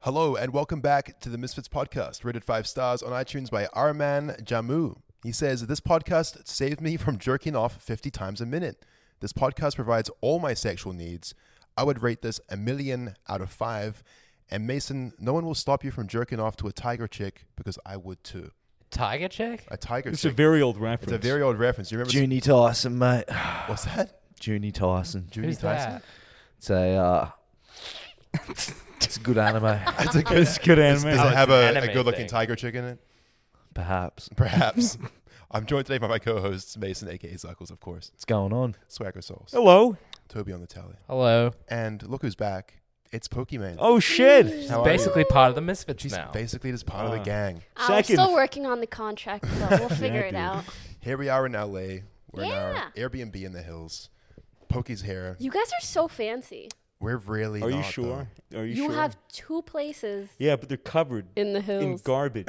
Hello and welcome back to the Misfits podcast, rated five stars on iTunes by our man Jamu. He says, This podcast saved me from jerking off 50 times a minute. This podcast provides all my sexual needs. I would rate this a million out of five. And Mason, no one will stop you from jerking off to a tiger chick because I would too. Tiger chick? A tiger It's a chick. very old reference. it's a very old reference. Do you remember? Junie Tyson, mate. What's that? Junie Tyson. Junie Who's Tyson? that? It's a, uh, it's a good anime, That's a good, It's good does anime. it Oh, it's have an a, a anime good looking thing. tiger chick in it? perhaps. Perhaps. I'm joined today by my co hosts, Mason, aka Zuckles, of course. What's going on? Swagger Souls. Hello. Toby on the tally. Hello. And look who's back. It's Pokemon. Oh shit. How are you? Basically part of the Misfits She's now. basically just part of the Ah. gang. I'm Second. still working on the contract, but we'll figure it dude. out. Here we are in LA. We're Yeah. in our Airbnb in the hills. Pokey's here. You guys are so fancy. We're really Are you not, sure? Are you, You sure? have two places Yeah, but they're covered in the in hills. garbage.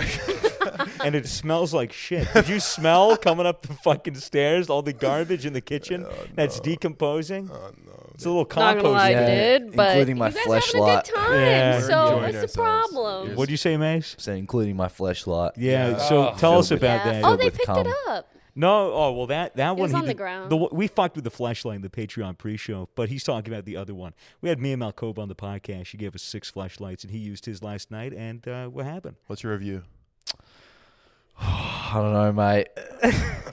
and it smells like shit. Did you smell coming up the fucking stairs all the garbage in the kitchen Oh, that's decomposing? though. Oh, no. It's a little Not compost. gonna lie, Yeah, dude, but including my you guys are having a good fleshlight. time, Yeah. We're so enjoying what's ourselves. the problem? Yes. What'd you say, Mace? So including my flashlight. Yeah, Yeah. so Oh. tell us Filled with- about Yeah. that. Oh, Filled they with picked cum. it up. No, oh well, that that one was he on the did- ground. one- we fucked with the flashlight in the Patreon pre-show, but he's talking about the other one. We had Mia Malkova on the podcast. She gave us six flashlights, and he used his last night. And uh, what happened? What's your review? I don't know, mate.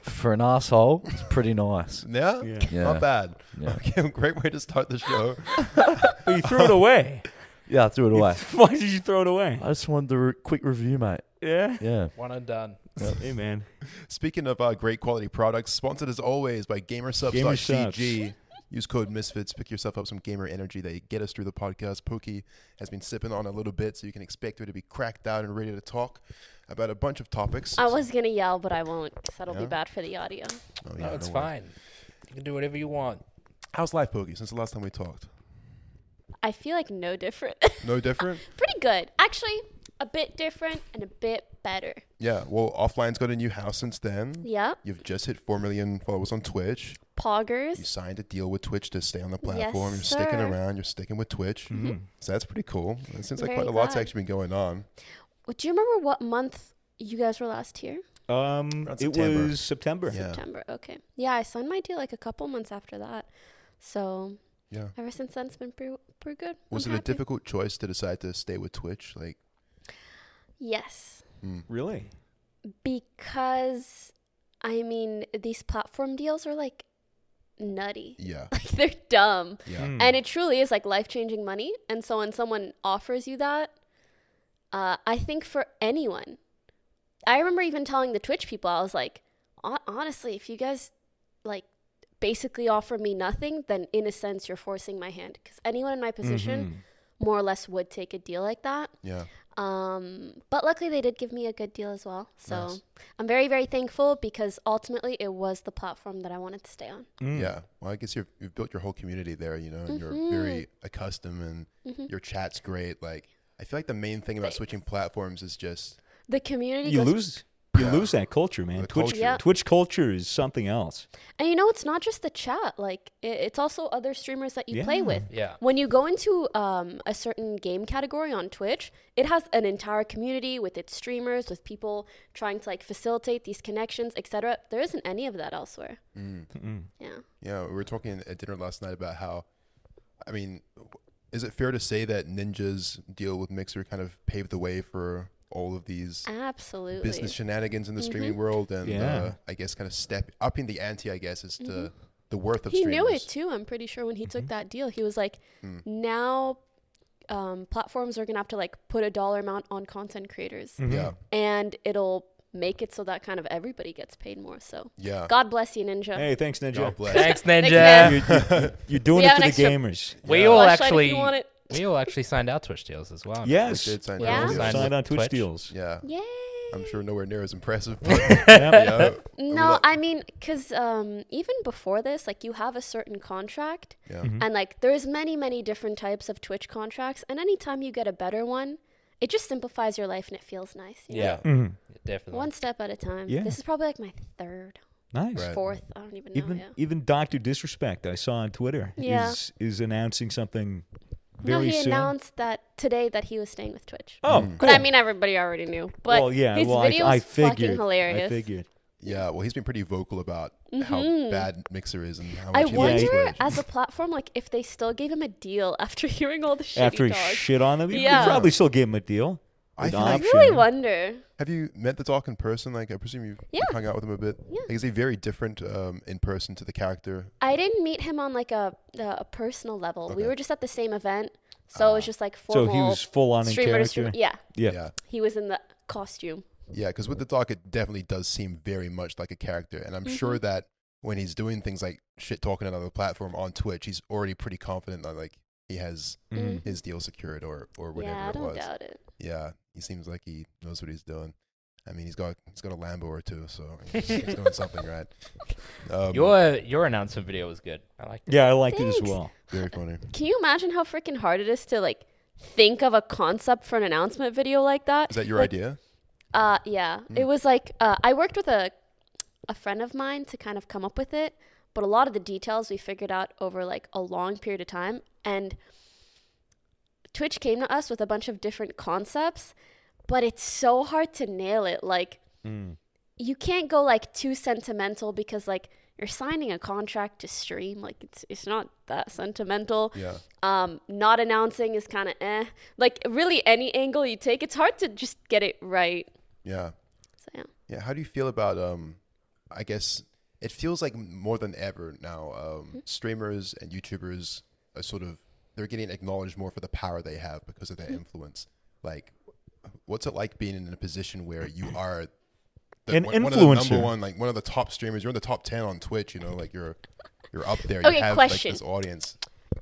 For an asshole, it's pretty nice. Yeah? Yeah. Yeah. Not bad. Yeah. Okay, great way to start the show. But you threw it away. Yeah, I threw it away. Why did you throw it away? I just wanted the re- quick review, mate. Yeah. Yeah. One and done. Hey man, Speaking of uh, great quality products, sponsored as always by gamersubs.gg. Gamersubs. Use code Misfits. Pick yourself up some gamer energy. They get us through the podcast. Pookie has been sipping on a little bit, so you can expect her to be cracked out and ready to talk about a bunch of topics. I was gonna yell, but I won't, because that'll Yeah. be bad for the audio. Oh, No, it's don't worry. fine. You can do whatever you want. How's life, Pookie, since the last time we talked? I feel like no different. No different? Pretty good, actually. A bit different and a bit better. yeah, well, Offline's got a new house since then. Yep. You've just hit 4 million followers on Twitch. You Poggers. signed a deal with Twitch to stay on the Yes, platform. You're sticking sir. Mm. around. You're sticking with Twitch. Mm-hmm. So that's pretty cool. It seems like Very quite a lot's glad. actually been going on. Do you remember what month you guys were last here? um, Around it September. was September. Yeah. September. Okay. Yeah, I signed my deal like a couple months after that. So Yeah. ever since then, it's been pretty, pretty good. Was I'm it a happy. difficult choice to decide to stay with Twitch? Like, hmm, Yes, Really? because I mean these platform deals are like nutty. yeah, Like they're dumb, yeah. Mm. and it truly is like life changing money. And so when someone offers you that, uh, I think for anyone, I remember even telling the Twitch people, I was like, "Hon- honestly, if you guys like basically offer me nothing, then in a sense you're forcing my hand because anyone in my position Mm-hmm. more or less would take a deal like that. Yeah. Um, but luckily, they did give me a good deal as well. So Nice. I'm very, very thankful because ultimately it was the platform that I wanted to stay on. Mm. Yeah. Well, I guess you've, you've built your whole community there, you know, and you're Mhm. very accustomed and your chat's great. Like, I feel like the main thing about Mm-hmm. Thanks. switching platforms is just, The community You goes. lose. You lose that culture, man. The Twitch, culture. Yeah. Twitch culture is something else. And you know, it's not just the chat, like, i it's also other streamers that you play Yeah. with. Yeah. When you go into um, a certain game category on Twitch, it has an entire community with its streamers, with people trying to like facilitate these connections, etc. There isn't any of that elsewhere. Yeah. you know, we were talking at dinner last night about how, I mean, is it fair to say that Ninja's deal with Mixer kind of paved the way for all of these Absolutely. Mm-hmm. business shenanigans in the streaming world and uh, Yeah. I guess kind of step upping the ante, I guess, is to the worth of Mm-hmm. he streamers. knew it too i'm pretty sure when he took that deal he was like now um, platforms are gonna have to like put a dollar amount on content creators Yeah. and it'll make it so that kind of everybody gets paid more so Mm-hmm. Yeah. god bless you ninja Hey, thanks, Ninja. God bless. Thanks, Ninja. man. You, you, you're doing We it have for an the extra- gamers. we Yeah. all Flashlight if actually you want it. we all actually signed our Twitch deals as well. Yes. We did sign Yeah. deals. Signed Signed with on Twitch, Twitch. deals. Yeah. yay I'm sure nowhere near as impressive. But, yeah, we no lo- i mean because um, even before this like you have a certain contract yeah. Mm-hmm. and like there's many many different types of twitch contracts and anytime you get a better one it just simplifies your life and it feels nice you know? Yeah. Mhm. Definitely. One step at a time. Yeah. This is probably like my third, Nice. Right. fourth. I don't even know. Even even Doctor Disrespect, I saw on Twitter, Yeah. is is announcing something e-, very no, he soon. announced that today that he was staying with Twitch. oh, But cool. I mean, everybody already knew. But well, yeah, his well, video I, I is figured, fucking hilarious. I figured. Yeah, well, he's been pretty vocal about how Mhm. bad Mixer is and how much I he likes wonder, loves Twitch. as a platform, like if they still gave him a deal after hearing all the shitty After he dogs. shit on them, he Yeah. probably still gave him a deal. I With feel like- I option. really wonder. Have you met the doc in person? Like, I presume you've Yeah. hung out with him a bit. Yeah. Like, is he very different um, in person to the character? I didn't meet him on like a uh, a personal level. Okay. Ah. We were just at the same event, so it was just like So formal. he was full on in streamer character. to streamer. Yeah, Yeah. Yeah. he was in the costume. Yeah, because with the doc, it definitely does seem very much like a character. And I'm Mm-hmm. sure that when he's doing things like shit talking on another platform on Twitch, he's already pretty confident that, like, he has Mhm. Mm. his deal secured or, or whatever Yeah, I it don't was. doubt it. Yeah, he seems like he knows what he's doing. I mean, he's got he's got a Lambo or two, so he's, he's doing something right. Um, Your your announcement video was good. I liked it. Yeah, I liked it as Thanks. well. very funny. Can you imagine how freaking hard it is to like think of a concept for an announcement video like that? Is that your Like, idea? Uh, yeah. It was like uh, I worked with a a friend of mine to kind of come up with it, but a lot of the details we figured out over like a long period of time. And Twitch came to us with a bunch of different concepts, but it's so hard to nail it. Like you can't go like too sentimental because like you're signing a contract to stream. Like it's it's not that sentimental Yeah. um, not announcing is kind of eh. Like really, any angle you take, it's hard to just get it right. Yeah. So yeah, Yeah, how do you feel about um I guess it feels like more than ever now Mm-hmm. um streamers and YouTubers are sort of they're getting acknowledged more for the power they have because of Mm-hmm. their influence. Like what's it like being in a position where you are the, An one, One of the influencer. number one like one of the top streamers, you're in the top 10 on Twitch, you know, like you're you're up there, Okay, you have question. like this audience.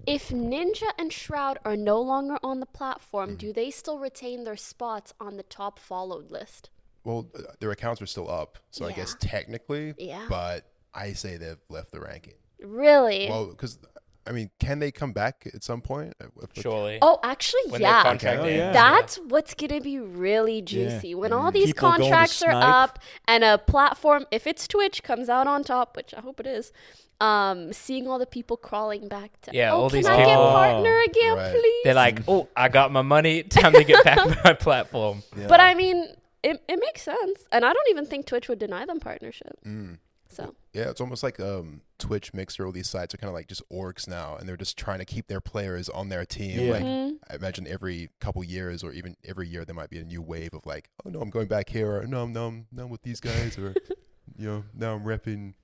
if Ninja and Shroud are no longer on the platform, do they still retain their spots on the top followed list? Well, uh, their accounts are still up, so I Yeah. guess technically, Yeah. but I say they've left the ranking. Really? Well, because I mean, can they come back at some point? Uh, If- if- Surely. oh, actually, When their yeah. contract Okay. ends, Oh, yeah. That's what's gonna be really juicy when all these People going to contracts are snipe. up and a platform, if it's Twitch, comes out on top, which I hope it is. Um, seeing all the people crawling back to Yeah, oh, all can these I get people- partner again, Right. please? They're like, oh, I got my money. Time to get back on my platform. But I mean, it, it makes sense. And I don't even think Twitch would deny them partnership. So, Yeah, it's almost like um, Twitch, Mixer, all these sites are kind of like just orgs now, and they're just trying to keep their players on their team. Yeah. Like, Mm-hmm. I imagine every couple years, or even every year, there might be a new wave of like, oh no, I'm going back here, or no, I'm- no, I'm, no, I'm with these guys, or you know, now I'm repping.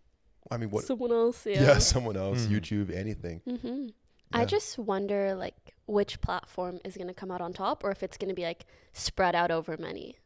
I mean, what? someone else, yeah. yeah. someone else, YouTube, anything. hmm Yeah. I just wonder, like, which platform is going to come out on top or if it's going to be, like, spread out over many.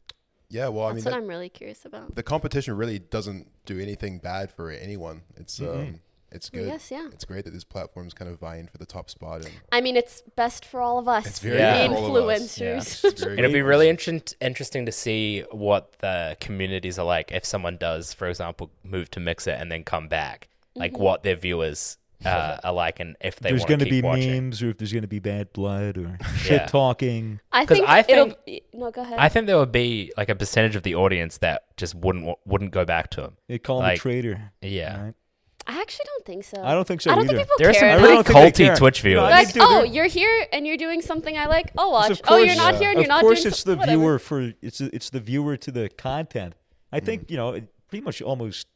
Yeah, well, I mean, That's that, what I'm really curious about. the competition really doesn't do anything bad for anyone. It's um, it's good. Yes, yeah. It's great that this platform's kind of vying for the top spot. And I mean, it's best for all of us. It's very Yeah. good for all of us. Influencers. It's very It'll good be for really us. inter- interesting to see what the communities are like if someone does, for example, move to Mixer and then come back. Mm-hmm. Like what their viewers uh, are like and if they there's want to gonna be keep watching. memes or if there's going to be bad blood or Yeah. shit talking. I 'Cause think I it'll. think- be- no, go ahead. I think there would be like a percentage of the audience that just wouldn't wa- wouldn't go back to him. They call him Like, a traitor. yeah. right? I actually don't think so. I don't think so I don't either. think people There are some care. I that really really don't think they culty care. Twitch No, viewers. I like, do. oh, They're- you're here and you're doing something I like. I'll Yes, watch. of oh, you're course- not here and of you're not course doing it's some- the whatever. viewer for it's it's the viewer to the content. I Mm. think you know it- pretty much almost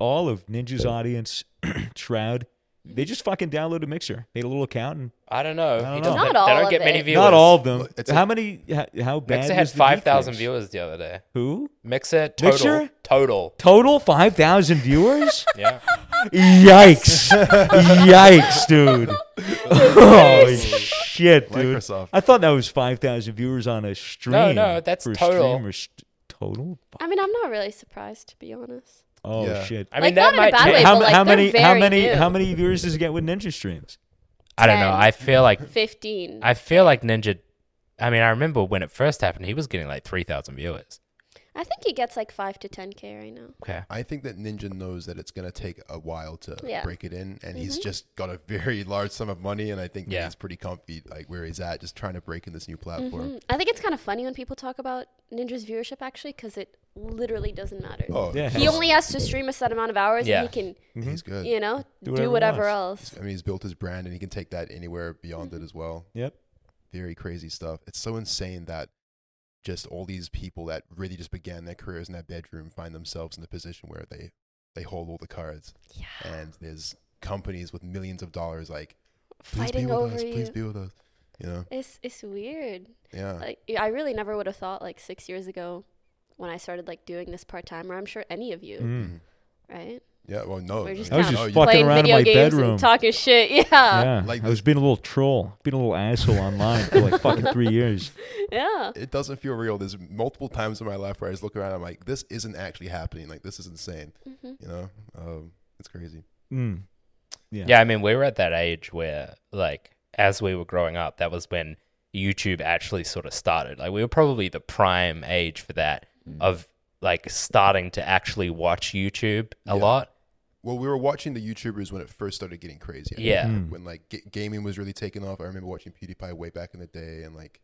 all of Ninja's audience, Shroud, they just fucking download a mixer, made a little account, and I don't know. don't It know. doesn't- Not they all don't of get many it. viewers. not all of them. It's a- how many? How, how bad? Mixer had was the five thousand viewers decrease? the other day. Who? Mixer total. Mixer? Total. Total five thousand viewers. Yeah. Yikes! Yikes, dude. oh shit, dude. Microsoft. I thought that was five thousand viewers on a stream. no, that's for total. Streamers. St- total. I mean, I'm not really surprised to be honest. Oh Yeah. shit. I Like, mean that not in a might bad change. way, how, but, ma- like, how they're many? How very many? new. How many viewers does it get with Ninja streams? I don't know. 10. I feel like Fifteen. I, I feel like Ninja. I mean, I remember when it first happened, he was getting like three thousand viewers. think he gets like five to ten k right now. Okay. I think that Ninja knows that it's going to take a while to Yeah. Mm-hmm. break it in, and he's just got a very large sum of money, and I think that Yeah. he's pretty comfy like where he's at, just trying to break in this new platform. Mm-hmm. I think it's kind of funny when people talk about Ninja's viewership actually, because it literally doesn't matter. Oh, Yeah. He Mm-hmm. only has to stream a set amount of hours, Yeah. and he can, he's good. you know, Do do whatever whatever, he else. Mm-hmm. I mean, he's built his brand, and he can take that anywhere beyond it as well. Yep. Very crazy stuff. It's so insane that just all these people that really just began their careers in their bedroom find themselves in the position where they they hold all the cards Yeah. and there's companies with millions of dollars like please Fighting be with over us, you. please be with us. You know, It's it's weird. yeah, Like I really never would have thought like 6 years ago when I started like doing this part time or I'm sure any of you, Mhm. right? yeah. Well, no, We're just no, I was kinda no, just you- Hmm. fucking Playing around in video my games bedroom. and talking shit. Yeah. yeah, like I this- was being a little troll, being a little asshole online for like fucking three years. Yeah. it doesn't feel real. There's multiple times in my life where I just look around, I'm like, this isn't actually happening. Like this is insane. Mm-hmm. You know, um, it's crazy. Mm. Yeah. Yeah, I mean, we were at that age where, like, as we were growing up, that was when YouTube actually sort of started. Like, we were probably the prime age for that of like starting to actually watch YouTube a lot. Well, we were watching the YouTubers when it first started getting crazy. I think. Yeah. Hmm. when like g- gaming was really taking off. I remember watching PewDiePie way back in the day, and like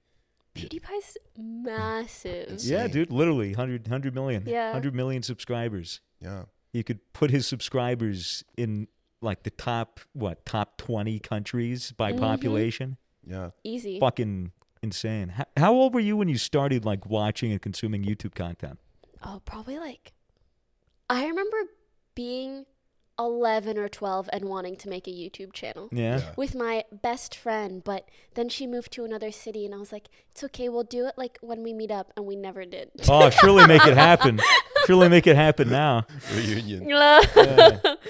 PewDiePie's massive. It's- Yeah, Insane. dude, literally 100, 100 million. Yeah. 100 million subscribers. yeah, He could put his subscribers in like the top, what, top 20 countries by Mm-hmm. population. yeah. Easy. Fucking insane. How, how old were you when you started like watching and consuming YouTube content? Oh, probably like I remember being 11 or 12 and wanting to make a YouTube channel. Yeah. Yeah. with my best friend, but then she moved to another city, and I was like, "It's okay, we'll do it like when we meet up," and we never did. Oh, surely make it happen. Surely make it happen now. Reunion.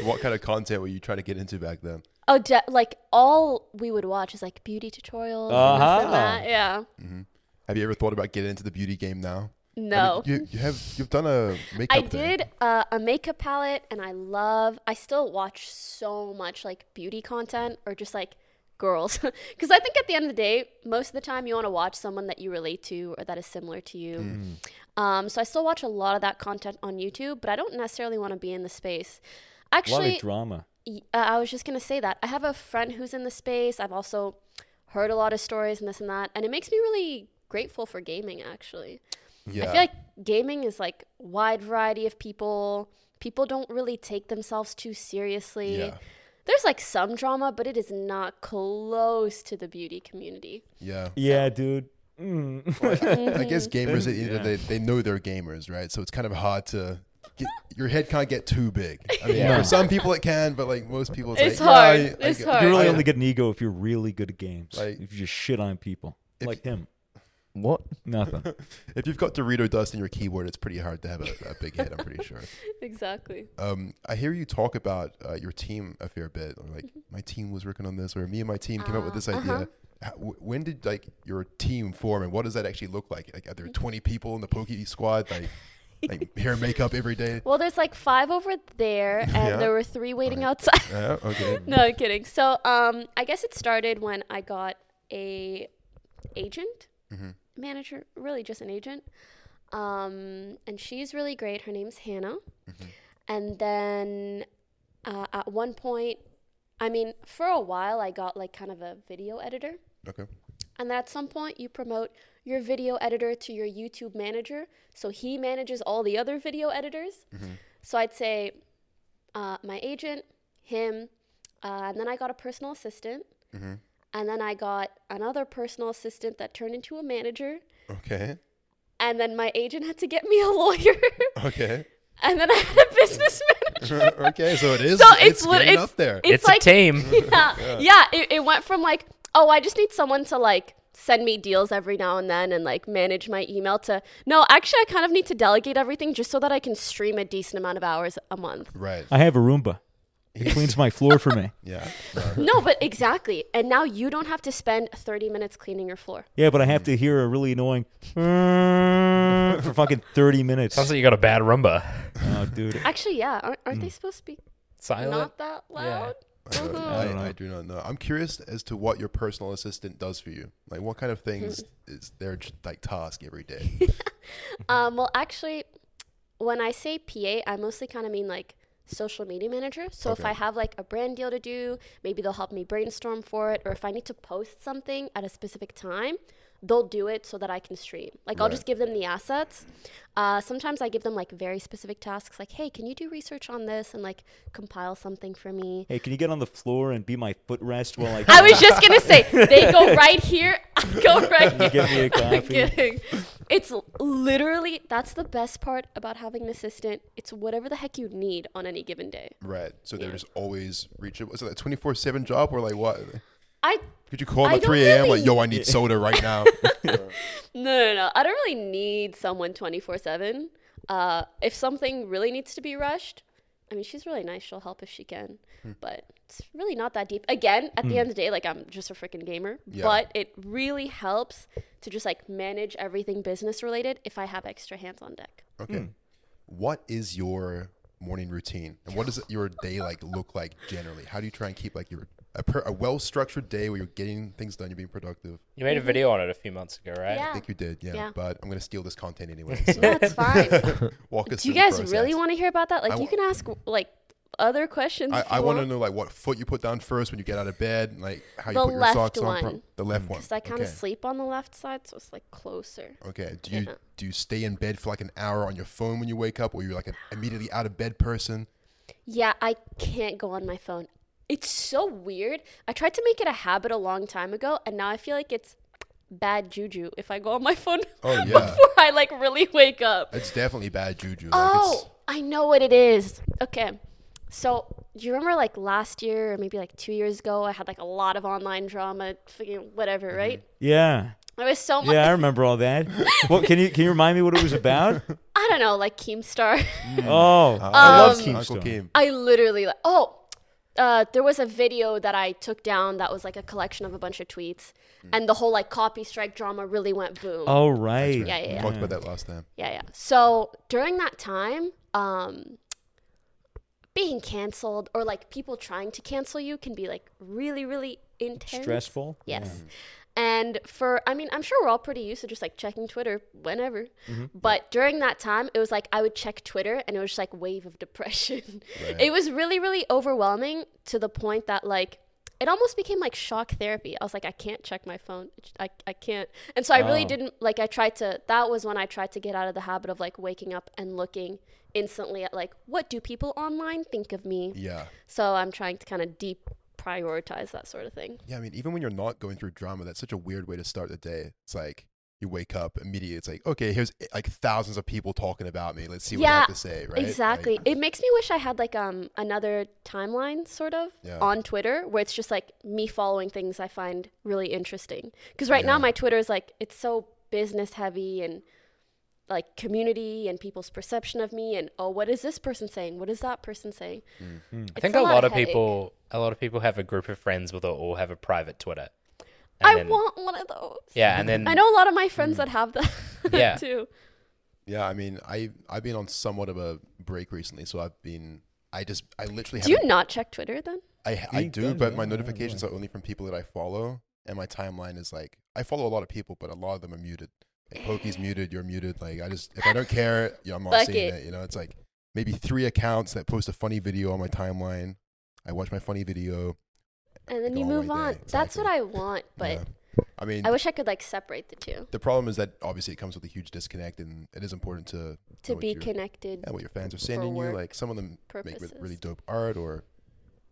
what kind of content were you trying to get into back then? oh, de- like all we would watch is like beauty tutorials and this Uh-huh. and that. Yeah, Mm-hmm. Have you ever thought about getting into the beauty game now? no, I mean, you, you have. You've done a makeup. I thing. did uh, a makeup palette, and I love. I still watch so much like beauty content or just like girls, because I think at the end of the day, most of the time you want to watch someone that you relate to or that is similar to you. Mm. Um, so I still watch a lot of that content on YouTube, but I don't necessarily want to be in the space. A lot Actually, of drama. y- uh, I was just gonna say that I have a friend who's in the space. I've also heard a lot of stories and this and that, and it makes me really grateful for gaming. Actually, Yeah. I feel like gaming is like wide variety of people. People don't really take themselves too seriously. Yeah. There's like some drama, but it is not close to the beauty community. yeah. Yeah, dude. Mm. I guess gamers, at the end of the day, they know they're gamers, right? So it's kind of hard to. Get, your head can't get too big. I mean, Yeah. for some people it can, but like most people, it's, It's like, yeah, hard. I- I It's get- hard. You really I- only get an ego if you're really good at games. Like- if you just shit on people. If- like him. What? Nothing. If you've got Dorito dust in your keyboard, it's pretty hard to have a, a big head. I'm pretty sure. Exactly. Um, I hear you talk about uh, your team a fair bit, or Mm-hmm. like my team was working on this, or me and my team came up with this Uh-huh, idea. How, wh- when did like your team form, and what does that actually look like? Like, are Mm-hmm. there 20 people in the Pokey squad? Like, like hair and makeup every day. Well, there's like five over there, and Yeah. there were three waiting Right. outside. Yeah, Oh, okay. no, I'm kidding. So, um, I guess it started when I got a agent, manager, really just an agent. Um, and she's really great. Her name's Hannah. And then uh, at one point, I mean, for a while, I got like kind of a video editor. Okay. And then at some point, you promote your video editor to your YouTube manager. So he manages all the other video editors. Mm-hmm. So I'd say uh, my agent, him, uh, and then I got a personal assistant. Mm-hmm. And then I got another personal assistant that turned into a manager. Okay. And then my agent had to get me a lawyer. Okay. and then I had a business manager. okay. So it is. So it's, it's lit- getting it's- up there. it's It's, like- a team. yeah, yeah. it, it went from like, oh, I just need someone to like send me deals every now and then and like manage my email to no, actually, I kind of need to delegate everything just so that I can stream a decent amount of hours a month. right. I have a Roomba. It cleans my floor for me. Yeah. No. No, but exactly. And now you don't have to spend 30 minutes cleaning your floor. Yeah, but I have Mm. to hear a really annoying for fucking thirty minutes. Sounds like you got a bad rumba. oh, dude. Actually, yeah, aren't, aren't they supposed to be Silent. not that loud? I, don't- don't I, I know. do not know. I'm curious as to what your personal assistant does for you. Like, what kind of things Hmm. is their like task every day? Um, well, actually, when I say PA, I mostly kind of mean like social media manager. So if Okay. I have like a brand deal to do, maybe they'll help me brainstorm for it, or if I need to post something at a specific time, they'll do it so that I can stream. Like I'll just give them the assets. Uh, sometimes I give them like very specific tasks, like, hey, can you do research on this and like compile something for me? Hey, can you get on the floor and be my footrest while I I was just gonna say they go right here, I go right here. get me a I'm coffee? kidding. It's l- literally that's the best part about having an assistant. It's whatever the heck you need on any given day. Right. So they're just always reachable. Is it a 24 7 job or like what? I Could you call them I at don't 3 a.m. like, really- yo, I need soda right now? no no no. I don't really need someone twenty four seven. Uh, if something really needs to be rushed, I mean she's really nice. She'll help if she can, but it's really not that deep. Again, at the end of the day, like I'm just a freaking gamer, Yeah. but it really helps to just like manage everything business related if I have extra hands on deck. Okay. What is your morning routine and what does your day like look like generally? How do you try and keep like your a, per, a well structured day where you're getting things done, you're being productive? You made a video on it a few months ago, right? Yeah. I think you did, yeah. Yeah. But I'm gonna steal this content anyway. No, So it's fine. walk us Do through you the guys really process. want to hear about that? Like, I you wa- can ask like other questions. I, if I you want to want. know like what foot you put down first when you get out of bed, and, like how you The put your left socks on. one. Pro- the left one. Because I kind of okay. Oh. sleep on the left side, so it's like closer. Okay. Do you Yeah. do you stay in bed for like an hour on your phone when you wake up, or you're like an immediately out of bed person? Yeah, I can't go on my phone. It's so weird. I tried to make it a habit a long time ago, and now I feel like it's bad juju if I go on my phone Oh, yeah. before I like really wake up. It's definitely bad juju. Like Oh, I know what it is. Okay. So, do you remember like last year or maybe like two years ago? I had like a lot of online drama, freaking whatever, Mm-hmm. right? yeah, There was so much. yeah, I remember all that. What can you can you remind me what it was about? I don't know, like Keemstar. Oh, I I love Um, love Uncle Keemstar. Kim. I literally, like, oh, uh, there was a video that I took down that was like a collection of a bunch of tweets, and the whole like copy strike drama really went boom. Oh right. Yeah, yeah, We yeah. talked about that last time. Yeah, yeah. So during that time, um, being canceled or like people trying to cancel you can be like really, really intense. Stressful. Yes. And for, I mean, I'm sure we're all pretty used to just like checking Twitter whenever. But during that time, it was like I would check Twitter and it was just like wave of depression. It was really, really overwhelming to the point that like it almost became like shock therapy. I was like, I can't check my phone. It just- I, I can't. And so I really Oh. didn't like, I tried to, that was when I tried to get out of the habit of like waking up and looking instantly at like, what do people online think of me? Yeah. So I'm trying to kind of deprioritize that sort of thing. Yeah, I mean, even when you're not going through drama, that's such a weird way to start the day. It's like you wake up immediately. It's like, okay, here's eh, like thousands of people talking about me. Let's see what I Yeah, have to say, right? Like, Exactly. it makes me wish I had like um another timeline sort of Yeah. on Twitter where it's just like me following things I find really interesting. Cuz right now Yeah. my Twitter is like it's so business heavy and like community and people's perception of me and oh what is this person saying? What is that person saying? I Mm-hmm. It's think a lot of headache. people, a lot of people have a group of friends where they'll all have a private Twitter. And I then- want one of those. Yeah, and then I know a lot of my Mm. friends that have that Yeah. too. yeah, I mean, I I've been on somewhat of a break recently, so I've been. I just, I literally Do you not check Twitter then? I, I You've do, done but that, my yeah, notifications are only from people that I follow, and my timeline is like I follow a lot of people, but a lot of them are muted. Like Pokey's muted, you're muted. Like I just if I don't care, yeah, I'm not seeing Bucket. it. You know, it's like maybe three accounts that post a funny video on my timeline. I watch my funny video. And then Go you on move like on. that, That's what exactly. I want, but yeah. I mean, I wish I could like separate the two the problem is that obviously it comes with a huge disconnect, and it is important to to know what be your- connected. yeah, what your fans are sending you. work Like some of them make re- purposes. really dope art or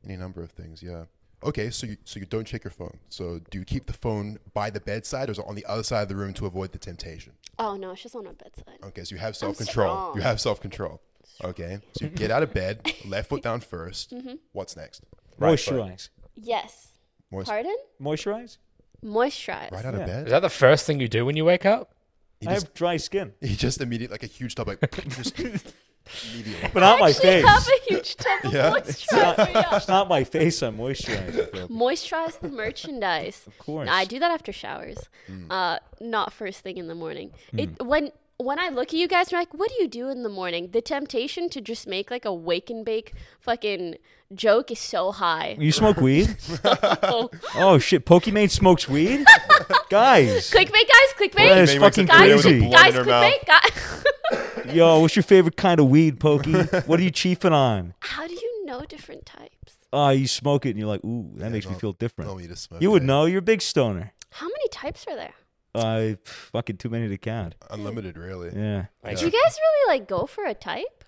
any number of things. Yeah. Okay, so you so you don't check your phone. So do you keep the phone by the bedside or is it on the other side of the room to avoid the temptation? Oh no, she's on our bedside. Okay, so you have self control. strong. You have self control. Okay, so you get out of bed, left foot down 1st Mm-hmm. What's next? Moisturize. Yes. Moist- Pardon? Moisturize. Moisturize. right out of Yeah. bed. Is that the first thing you do when you wake up? He I just, have dry skin, he just immediately like a huge tub like just immediately. but not my Actually, face. have a huge tub of Yeah. moisturizer. yeah. It's not my face I'm moisturizing. Bill. Moisturize the merchandise. Of course. I do that after showers. Mm. Uh, not first thing in the morning. Hmm. It when when I look at you guys, you're like, "What do you do in the morning?" The temptation to just make like a wake and bake fucking joke is so high. You smoke weed? oh shit! Pokimane smokes weed, guys. clickbait, guys, clickbait. That is Pokimane makes a fucking video with a crazy. blunt Guys, in her mouth. clickbait, guys. Yo, what's your favorite kind of weed, Pokey? What are you chiefing on? How do you know different types? Oh, you smoke it, and you're like, ooh, that makes me feel different. Tell me to smoke. you would it. know. You're a big stoner. How many types are there? Uh, fucking too many to count. Unlimited, really. Yeah. Like, Do you guys really like go for a type?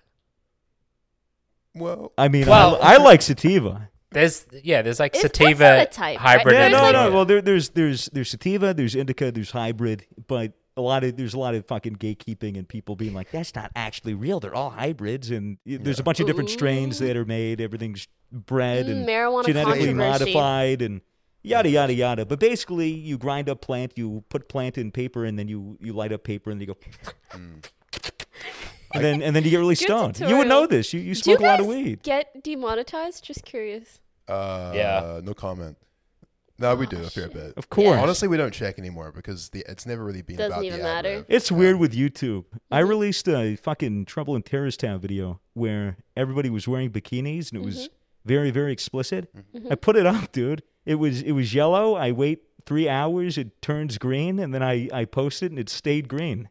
Well, I mean, Well- I, I like sativa. There's yeah, there's like Is that sativa not a type, right? hybrid. There's Yeah, and no, like- no. Well, there, there's there's there's sativa, there's indica, there's hybrid, but a lot of there's a lot of fucking gatekeeping and people being like, that's not actually real. They're all hybrids, and y- there's a bunch of different strains that are made. Everything's bred and Marijuana genetically controversy. modified and. Yada yada yada, but basically you grind up plant, you put plant in paper, and then you you light up paper, and then you go, and then and then you get really Good stoned. You would tutorial. know this. You you Do you smoke a guys lot of weed. get demonetized? Just curious. uh, Yeah. no comment. No, we do a fair bit. Of course. Honestly, we don't check anymore because the it's never really been Doesn't about even the matter. algorithm. It's weird with YouTube. I Mm-hmm. released a fucking Trouble in Terrorist Town video where everybody was wearing bikinis and it was Mm-hmm. very, very explicit. I put it up, dude. It was it was yellow. I wait three hours, it turns green, and then I, I post it and it stayed green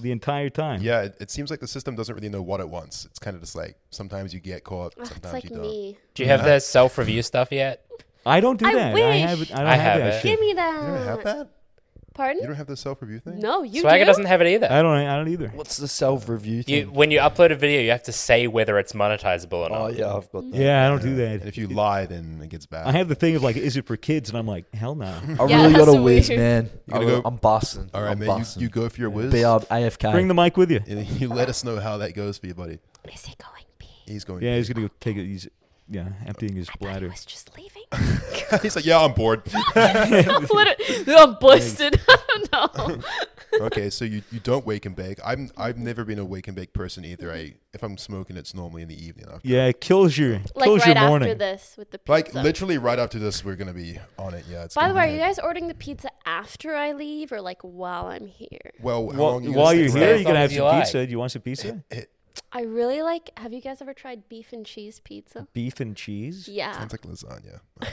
the entire time. Yeah, it, it seems like the system doesn't really know what it wants. It's kind of just like sometimes you get caught, Ugh, it's sometimes like you don't. me. Do you have that self review stuff yet? I don't do I that. I wish. have I don't I have, have that it. shit. Give me You don't have that. that? You Pardon? don't have the self review thing? Uh, No, you Swagger do. doesn't have it either. I don't I don't either. What's the self review you, thing? when you upload a video, you have to say whether it's monetizable or not. Oh yeah, I've got that. Yeah, I don't do And that. if you lie, then it gets bad. I have the thing of like, is it for kids? And I'm like, hell no. I Yeah, really got that's a whiz, weird. man. You I gotta really, go- I'm busting. All I'm right, man, busting. you, you go for your whiz. Be out AFK. Bring the mic with you. And you let us know how that goes for you, buddy. Is he going pee? He's going. Yeah, he's gonna go take it. He's yeah, emptying his I bladder. was just leaving. he's like, yeah, I'm bored. Literally, I'm busted. no. okay, so you, you don't wake and bake. I'm I've never been a wake and bake person either. I if I'm smoking, it's normally in the evening. After. Yeah, it kills your Like kills right your morning. after this with the pizza. Like literally right after this, we're gonna be on it. Yeah. It's By the gonna way, be are you good. guys ordering the pizza after I leave or like while I'm here? Well, how Well, long you while gonna you're stick here, around? you As long can have as some you like. pizza. Do you want some pizza? I really like. Have you guys ever tried beef and cheese pizza? Beef and cheese. Yeah. Sounds like lasagna. I don't know.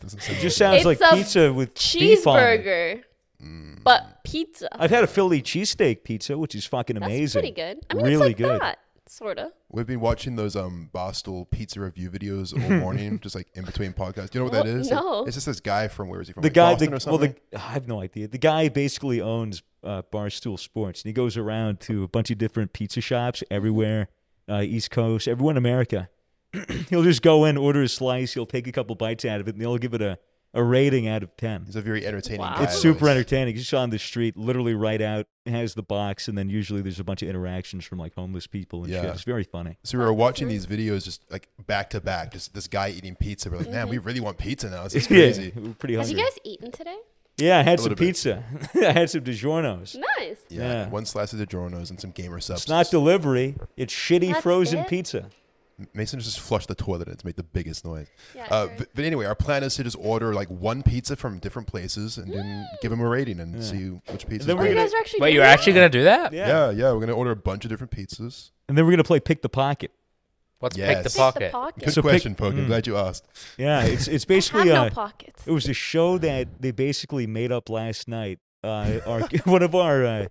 Doesn't sound Just good. sounds It's like a pizza with beef on it. Cheeseburger, Mm. but pizza. I've had a Philly cheesesteak pizza, which is fucking That's amazing. pretty good. I mean, really it's like good. that, sort of. We've been watching those um Barstool pizza review videos all morning, just like in between podcasts. Do you know what that Well, is? no. It's just this guy from where is he from? The like guy, Boston the, or well, something. the, I have no idea. The guy basically owns uh, Barstool Sports, and he goes around to a bunch of different pizza shops everywhere, uh, East Coast, everywhere in America. he'll just go in, order a slice, he'll take a couple bites out of it, and they'll give it a, a rating out of ten. He's a very entertaining Wow. guy. It's super though. entertaining. He's just on the street, literally right out, has the box, and then usually there's a bunch of interactions from like homeless people and Yeah. shit. It's very funny. So we were watching these videos just like back to back, just this guy eating pizza. We're like, man, Mm-hmm. we really want pizza now. This is crazy. Yeah, we're pretty Have hungry. you guys eaten today? yeah, I had A some little bit. pizza. I had some DiGiorno's. Nice. Yeah. Yeah. One slice of DiGiorno's and some gamer subs. It's not delivery. It's shitty That's frozen it? pizza. Mason just flushed the toilet and it's made the biggest noise. Yeah, uh, sure. but, but anyway, our plan is to just order like one pizza from different places and then give them a rating and see which pizza. then Oh, we're you gonna- guys are actually. Wait, doing you're that? actually gonna do that? Yeah. yeah, yeah, we're gonna order a bunch of different pizzas. And then we're gonna play pick the pocket. What's Yes. pick Pick the Pick the pocket? The pocket. Good So pick- Mm. question, Poke. I'm glad you asked. Yeah, it's it's I have basically no uh, pockets. it was a show that they basically made up last night. Uh, our one of our uh,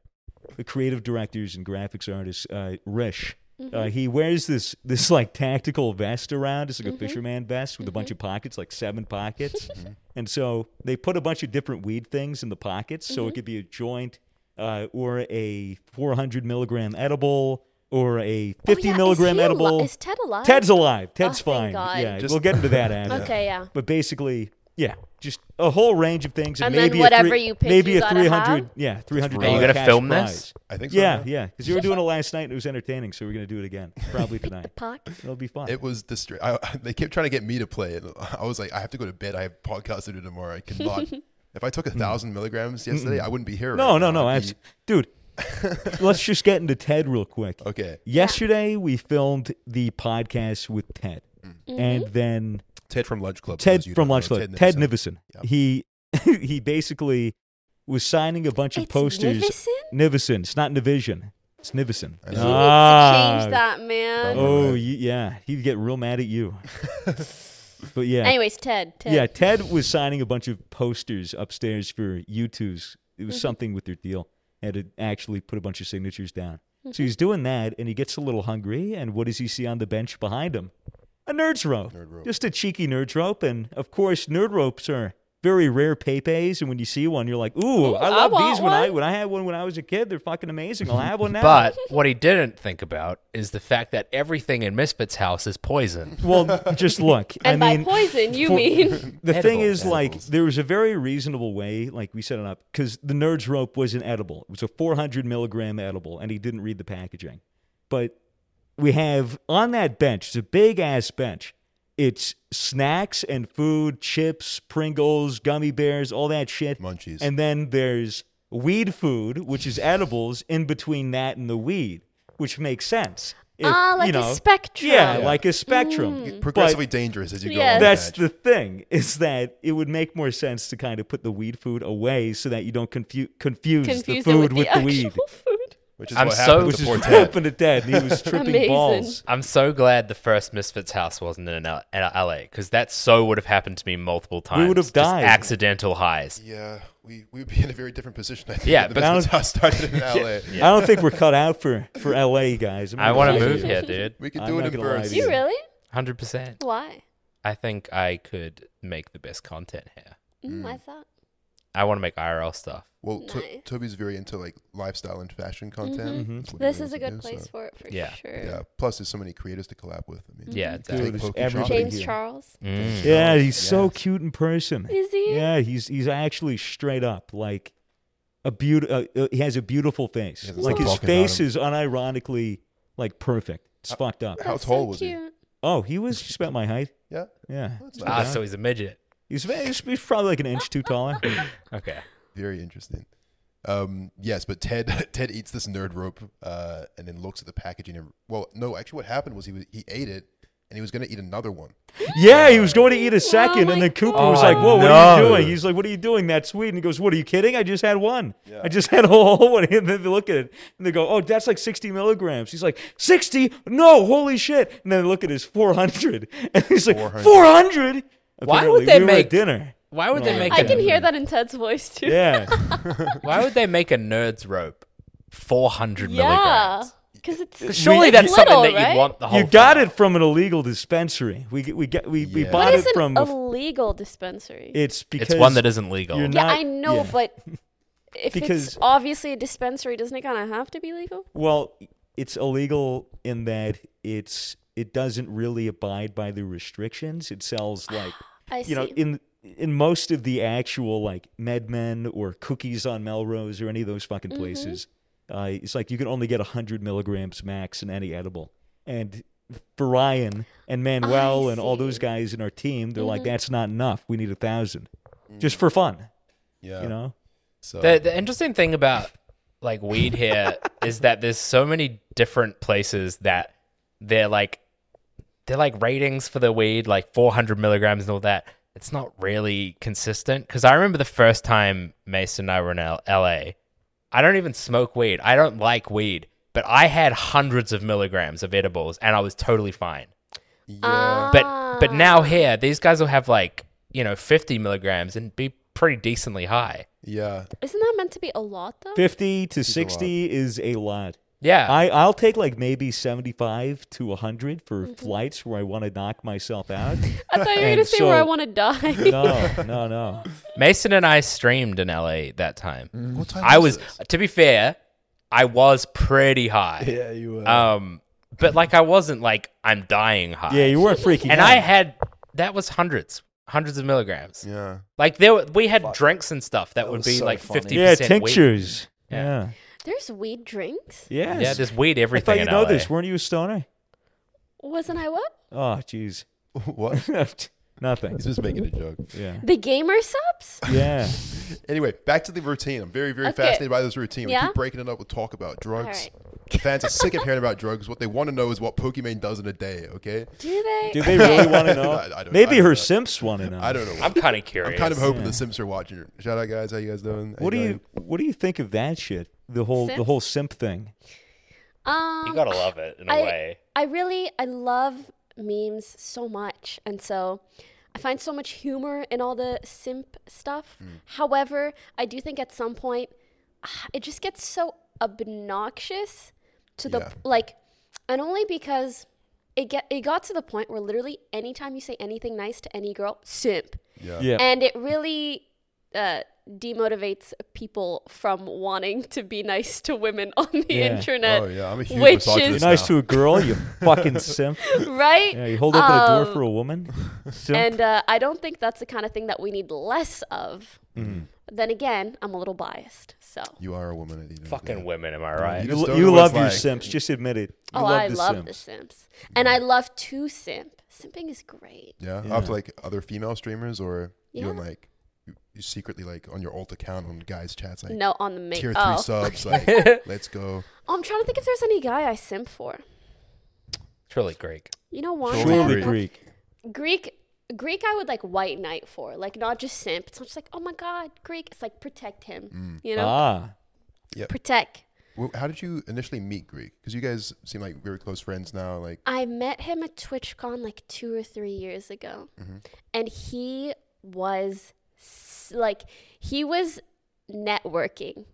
creative directors and graphics artists, uh, Rish, Mm-hmm. uh, he wears this this like tactical vest around. It's like Mm-hmm. a fisherman vest with a bunch of pockets, like seven pockets. and so they put a bunch of different weed things in the pockets, so Mm-hmm. it could be a joint uh, or a 400 milligram edible or a 50 Oh, yeah, milligram is he ali- edible. is Ted alive? Oh, Ted's alive. Ted's thank fine. God. Yeah, Just- we'll get into that after. Okay, yeah. But basically, yeah, just a whole range of things, and, And then maybe a whatever three, you pick, maybe you a gotta three hundred, have. yeah, three hundred. Are you gonna film this? I think so. Yeah, yeah, because you were doing it last night and it was entertaining, so we're gonna do it again, probably tonight. Pocket. It'll be fun. It was distra- I, They kept trying to get me to play it. I was like, I have to go to bed. I have podcasts to do tomorrow. I cannot. if I took a thousand milligrams yesterday, I wouldn't be here. Mm. no, right now. no, no, I'd that's, be- dude. let's just get into Ted real quick. okay. Yesterday we filmed the podcast with Ted, Mm-hmm. and then Ted from Lunch Club. for Ted those you from don't know, Lunch Club, Ted Nivison. Nivison. Yeah. He he basically was signing a bunch of It's posters. Nivison? Nivison. It's not Nivision. It's Nivison. I know. He He needs to change that, man. Oh. Ah. Oh y- yeah, he'd get real mad at you. but yeah, Anyways, Ted. Ted. yeah. Ted was signing a bunch of posters upstairs for U2's. It Mm-hmm. was something with their deal. Had to actually put a bunch of signatures down. Mm-hmm. So he's doing that, and he gets a little hungry. And what does he see on the bench behind him? A nerd's rope. Nerd rope. Just a cheeky nerd's rope. And of course, nerd ropes are very rare pepes, and when you see one, you're like, "Ooh, Ooh, I I love these." want When I one. when I had one when I was a kid, they're fucking amazing. I'll have one now. But what he didn't think about is the fact that everything in Misfit's house is poison. well, just look. And I by mean, poison, you for- mean the thing Edibles, is, like, edibles. there was a very reasonable way, like we set it up, because the Nerd's Rope was an edible. It was a 400 milligram edible, and he didn't read the packaging. But we have on that bench, it's a big ass bench. It's snacks and food, chips, Pringles, gummy bears, all that shit. Munchies. And then there's weed food, which is edibles, in between that and the weed, which makes sense. If, Ah, like you a know, spectrum. Mm. Yeah, Yeah. like a spectrum. Progressively dangerous as you go. Yes. on That's patch. the thing is that it would make more sense to kind of put the weed food away so that you don't confu- confuse the confused it food with, with the the actual weed. food? which is I'm what so- happened Which to is poor what Ted. happened to Dad. and He was tripping Amazing. balls. I'm so glad the first Misfits house wasn't in L- in LA because that so would have happened to me multiple times. would have Just died. Accidental highs. Yeah, we we'd be in a very different position. I think. Yeah, if the but- business house started in LA. I don't think we're cut out for, for LA, guys. I'm I gonna want to lie move you. here, dude. We could I'm do not it in gonna lie to bursts. you. You really? 100%. Why? I think I could make the best content here. Mm, Why's that? I want to make IRL stuff. Well, To- Nice. Mm-hmm. Toby's very into like lifestyle and fashion Mm-hmm. content. That's what he This loves is a to good do, so- place for it for Yeah. sure. Yeah. Plus, there's so many creators to collab with. I mean, Mm-hmm. Mm. Yeah, take exactly. Dude, Poke it's Shop. everything. James Yeah. Charles. Mm. Yeah, he's so Yes. cute in person. Is he? Yeah, he's he's actually straight up like a beauty. Uh, uh, he has a beautiful face. Yeah, there's like no his talking face about him. Uh, is unironically like perfect. It's fucked up. How That's tall so was he? cute. Oh, he was just about my height. Yeah. Yeah. That's Ah, nice. so he's a midget. He's, he's, he's probably like an inch too taller. Okay. Very interesting. Um, yes, but Ted Ted eats this nerd rope uh, and then looks at the packaging. And, well, no, actually, what happened was he was, he ate it and he was going to eat another one. Yeah, he was going to eat a second, my and then Cooper Oh God. was like, "Whoa, what are you No. doing?" He's like, "What are you doing? That's sweet." And he goes, "What are you kidding? I just had one. I just had a whole one." And then they look at it, and they go, "Oh, that's like sixty milligrams." He's like, 60? No, holy shit!" And then they look at his four hundred, and he's like, 400. four hundred. Why would they we were at make- dinner? Why would No. they make I a, can hear that in Ted's voice too. Yeah, Why would they make a nerd's rope 400 milligrams? Because it's Surely it's that's something that little, right? you'd want the whole you got thing. it from an illegal dispensary. We we get we, we Yeah. bought What is it an from. a f- illegal dispensary? it's because It's one that isn't legal. you're yeah, not- I know, yeah. but if Because- it's obviously a dispensary, doesn't it kind of have to be legal? Well, it's illegal in that it's it doesn't really abide by the restrictions. It sells like Ah, I see. you know in in most of the actual like MedMen or Cookies on Melrose or any of those fucking Mm-hmm. places. Uh, it's like you can only get hundred milligrams max in any edible, and for Ryan and Manuel I and all those see. Mm-hmm. guys in our team, they're like, "That's not enough. We need a thousand, just for fun." Yeah. You know, So The, the interesting thing about like weed here is that there's so many different places that they're like they're like ratings for the weed, like 400 milligrams and all that. It's not really consistent because I remember the first time Mason and I were in L- LA. I don't even smoke weed. I don't like weed, but I had hundreds of milligrams of edibles and I was totally fine. yeah. Ah, But but now here, these guys will have like you know 50 milligrams and be pretty decently high. yeah. Isn't that meant to be a lot though? fifty to sixty is a lot. Yeah, I, I'll take like maybe 75 to 100 for flights where I want to knock myself out. I thought you were And gonna say where I so- want to die. no, no, no. Mason and I streamed in LA that time. What time I was, this? to be fair, I was pretty high. Yeah, you uh, were. Um, but like I wasn't like I'm dying high. Yeah, you weren't freaking and out. I had that was hundreds, hundreds of milligrams. yeah. Like there, were, we had drinks and stuff that, would was be so like funny. fifty yeah, percent. tinctures. Yeah. Yeah. There's weed drinks. Yes. Yeah, there's weed I everything. thought you in know LA. this. Weren't you a stoner? Wasn't I what? Oh, jeez. what? Nothing. He's just making a joke. Yeah. The gamer subs? Yeah. Anyway, back to the routine. I'm very, very Okay. fascinated by this routine. We Yeah? keep breaking it up with talk about drugs. right. The Fans are sick of hearing about drugs. What they want to know is what Pokimane does in a day, okay? Do they? Do they really want I- I to know? don't- I Maybe don't know. her simps want to know. I don't know. I'm I'm, kind of curious. kind of hoping the Simps are watching. Shout out, guys. How you guys doing? How What do you doing? What do you think of that shit? The whole the Simps? whole simp thing. um, You gotta love it in a I- way. I really I love memes so much, and so I find so much humor in all the simp stuff. Mm. However, I do think at some point ah, it just gets so obnoxious to the Yeah. like, and only because it get it got to the point where literally anytime you say anything nice to any girl, simp. Yeah. Yeah. And it really uh, demotivates people from wanting to be nice to women on the Yeah. internet. Oh yeah, I'm a huge Which misogynist is- You're nice now. to a girl, you fucking simp. Right? Yeah, you hold open a door Um, for a woman. Simp. And uh, I don't think that's the kind of thing that we need less of. Mm-hmm. Then again, I'm a little biased. So, You are a woman at the end of the Fucking day. women, am I You right? just you don't you know what love it's your like. simps. Just admit it. You oh, I the love simps. the Simps. And I love to simp. Simping is great. Yeah. Yeah. After like other female streamers or you Yeah. and like you, you secretly like on your alt account on guys' chats like No, on the main. tier three oh. subs, like let's go. Oh, I'm trying to think if there's any guy I simp for. Surely Greek. You know, Wanda. Surely Greek. Greek. Greek. Greek, I would like white knight for, like not just simp. It's not just like, oh my god, Greek. It's like protect him, you know, Ah, protect. Well, how did you initially meet Greek? Because you guys seem like very close friends now. Like I met him at TwitchCon like two or three years ago, Mm-hmm. and he was s- like, he was networking,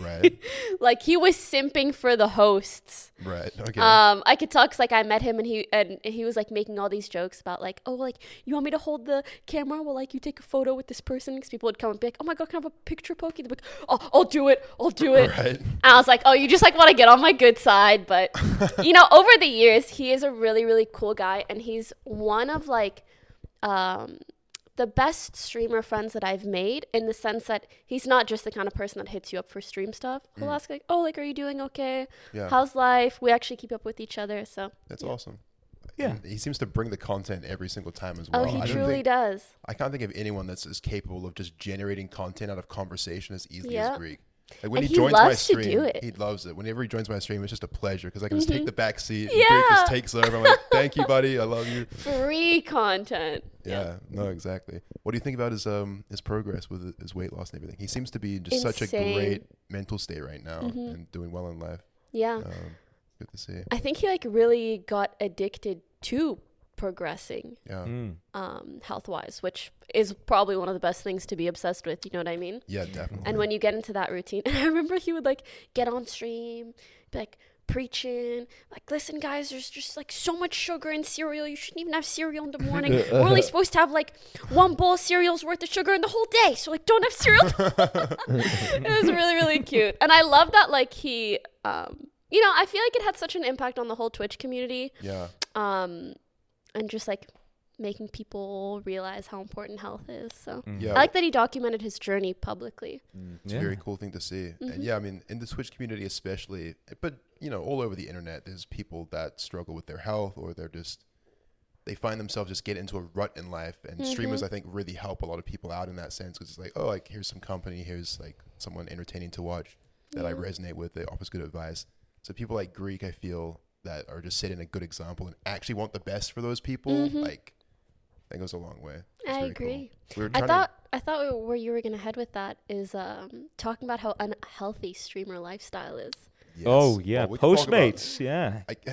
right, like he was simping for the hosts. right, okay. Um, I could tell because like I met him and he and he was like making all these jokes about like oh like you want me to hold the camera while like you take a photo with this person because people would come and be like oh my god can I have a picture pokey? They'd be like oh I'll do it I'll do it. right. And I was like oh you just like want to get on my good side but you know over the years he is a really really cool guy and he's one of like um the best streamer friends that I've made in the sense that he's not just the kind of person that hits you up for stream stuff. He'll ask like, "Oh, like, are you doing okay? Mm. Yeah. How's life?" We actually keep up with each other, so That's awesome. Yeah. And he seems to bring the content every single time as well. oh, I he don't truly think, does. I can't think of anyone that's as capable of just generating content out of conversation as easily Yeah. as Greek. Like when And he he joins my loves to do stream, it. Mm-hmm. he loves it. Whenever he joins my stream, it's just a pleasure because I can just take the back seat. And Greek just Yeah. takes over. I'm like, thank you, buddy. I love you. Free content. Yeah, no, exactly. What do you think about his um his progress with his weight loss and everything? He seems to be just such a Insane. Mm-hmm. great mental state right now and doing well in life. Yeah. Um, good to see. I think he like really got addicted to progressing Yeah, um health-wise, which is probably one of the best things to be obsessed with, you know what I mean? yeah, definitely. And when you get into that routine, and I remember he would like get on stream, be like preaching, like, listen, guys, there's just like so much sugar in cereal. You shouldn't even have cereal in the morning. We're only supposed to have like one bowl of cereal's worth of sugar in the whole day. So, like, don't have cereal. it was really, really cute. And I love that, like, he, um, you know, I feel like it had such an impact on the whole Twitch community yeah, um, and just like making people realize how important health is. So. Mm. yeah, I like that he documented his journey publicly. it's a very cool thing to see. Mm-hmm. And yeah, I mean, in the Twitch community especially, but you know, all over the internet, there's people that struggle with their health or they're just they find themselves just get into a rut in life. And Mm-hmm. streamers, I think, really help a lot of people out in that sense because it's like, oh, like here's some company, here's like someone entertaining to watch that I resonate with. They offers good advice. So people like Greek, I feel that are just setting a good example and actually want the best for those people. Like that goes a long way. It's Mm-hmm. I really cool. agree. We were I trying thought I thought where you were gonna head with that is um, talking about how unhealthy streamer lifestyle is. to. Yes. Oh yeah, we can talk about- Postmates. Yeah. I, I,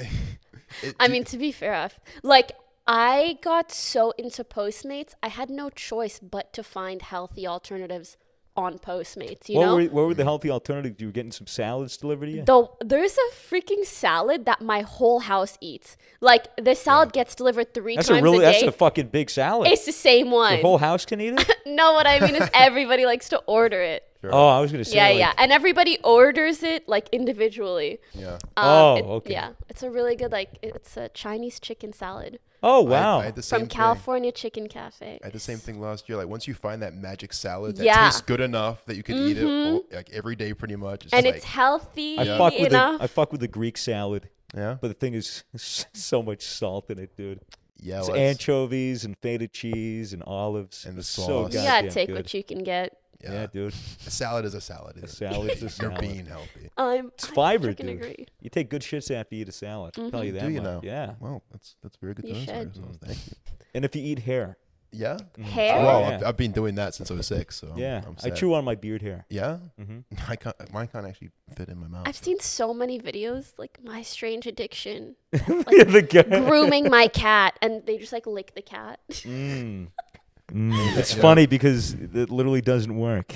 it- I do- mean, to be fair, I've- like I got so into Postmates, I had no choice but to find healthy alternatives on Postmates. You What know, were, what were the healthy alternatives? You were getting some salads delivered to you? Though there's a freaking salad that my whole house eats. Like the salad gets delivered three That's a times really a that's day. a fucking big salad. it's the same the one. whole house can eat it. no, what I mean is everybody likes to order it. Oh, I was gonna say. yeah, like, yeah, and everybody orders it like individually. Um, yeah. Oh, it- okay. Yeah, Uh, it's a really good like it's a Chinese chicken salad Oh I- wow. I, had the same from thing. California Chicken Cafe. I had the same thing last year. Like once you find that magic salad that Yeah. Mm-hmm. tastes good enough that you can eat it all, like every day, pretty much. It's and just it's like, healthy I fuck with the, enough. I fuck with the Greek salad, yeah, but the thing is, so much salt in it, dude. yeah, It's well, it's- anchovies and feta cheese and olives And the It's sauce. So you goddamn gotta take good. what you can get. yeah. Yeah, dude. A salad is a salad. A It's salad's a You're salad. being healthy. I'm It's I fiber, freaking dude. agree. You take good shits after you eat a salad. I'll tell you that. Mm-hmm. Do you much. know? Yeah. Well, that's that's very good. You to know, should. Cyrus. Well, Thank you. And if you eat hair, Yeah. Mm. Hair. Well, Yeah. I've, I've been doing that since I was six. So I'm- yeah, I'm I set. chew Mm-hmm. on my beard hair. Yeah. I can't. Mine can't actually fit in my mouth. I've seen so many videos like my strange addiction, Yeah, the guy. grooming my cat, and they just like lick the cat. Mm. Mm. It's funny because it literally doesn't work.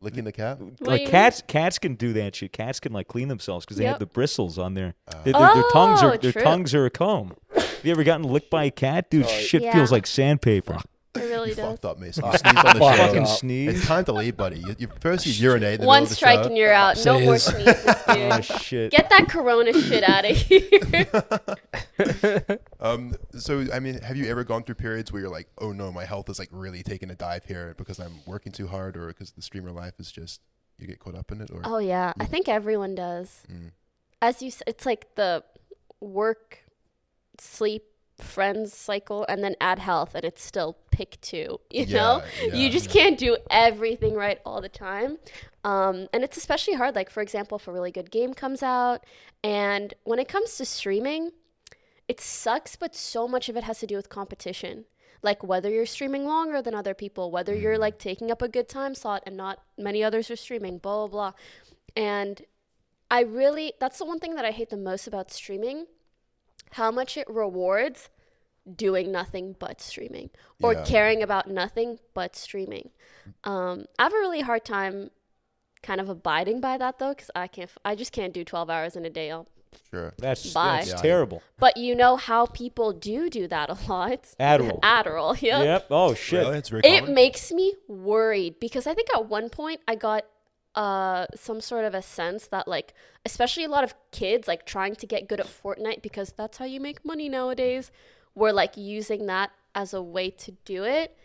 Licking the cat. do you like mean? cats, cats can do that shit. Cats can like clean themselves because they have Yep. Uh. the bristles on their. their- their- their tongues Oh, are their true. tongues are a comb. Have you ever gotten licked by a cat? Oh, Dude, shit Yeah. feels like sandpaper. It really You does. fucked up, Mason. You sneezed on the Fucking show. sneeze. It's time to leave, buddy. You, you, first you urinate. In the middle One of the strike show. and you're out. No more Says- sneezes, Oh, dude. shit. Get that corona shit out of here. Um, so I mean, have you ever gone through periods where you're like, "Oh no, my health is like really taking a dive here because I'm working too hard, or because the streamer life is just you get caught up in it"? Or oh yeah, I think everyone does. Mm. As you, s- it's like the work, sleep, friends cycle, and then add health, and it's still pick two. You Yeah, know, yeah, you just yeah. can't do everything right all the time. Um, and it's especially hard. Like for example, if a really good game comes out, and when it comes to streaming, it sucks, but so much of it has to do with competition. Like whether you're streaming longer than other people, whether you're like taking up a good time slot and not many others are streaming, blah, blah, blah. And I really, that's the one thing that I hate the most about streaming how much it rewards doing nothing but streaming or Yeah. caring about nothing but streaming. Um, I have a really hard time kind of abiding by that though, because I can't, f- I just can't do 12 hours in a day. I'll sure. That's, Bye. that's terrible. but you know how people do do that a lot. Adderall. Adderall, yeah. Yep. Oh, shit. Really? It's very It common? makes me worried because I think at one point I got uh some sort of a sense that like especially a lot of kids like trying to get good at Fortnite because that's how you make money nowadays were like using that as a way to do it.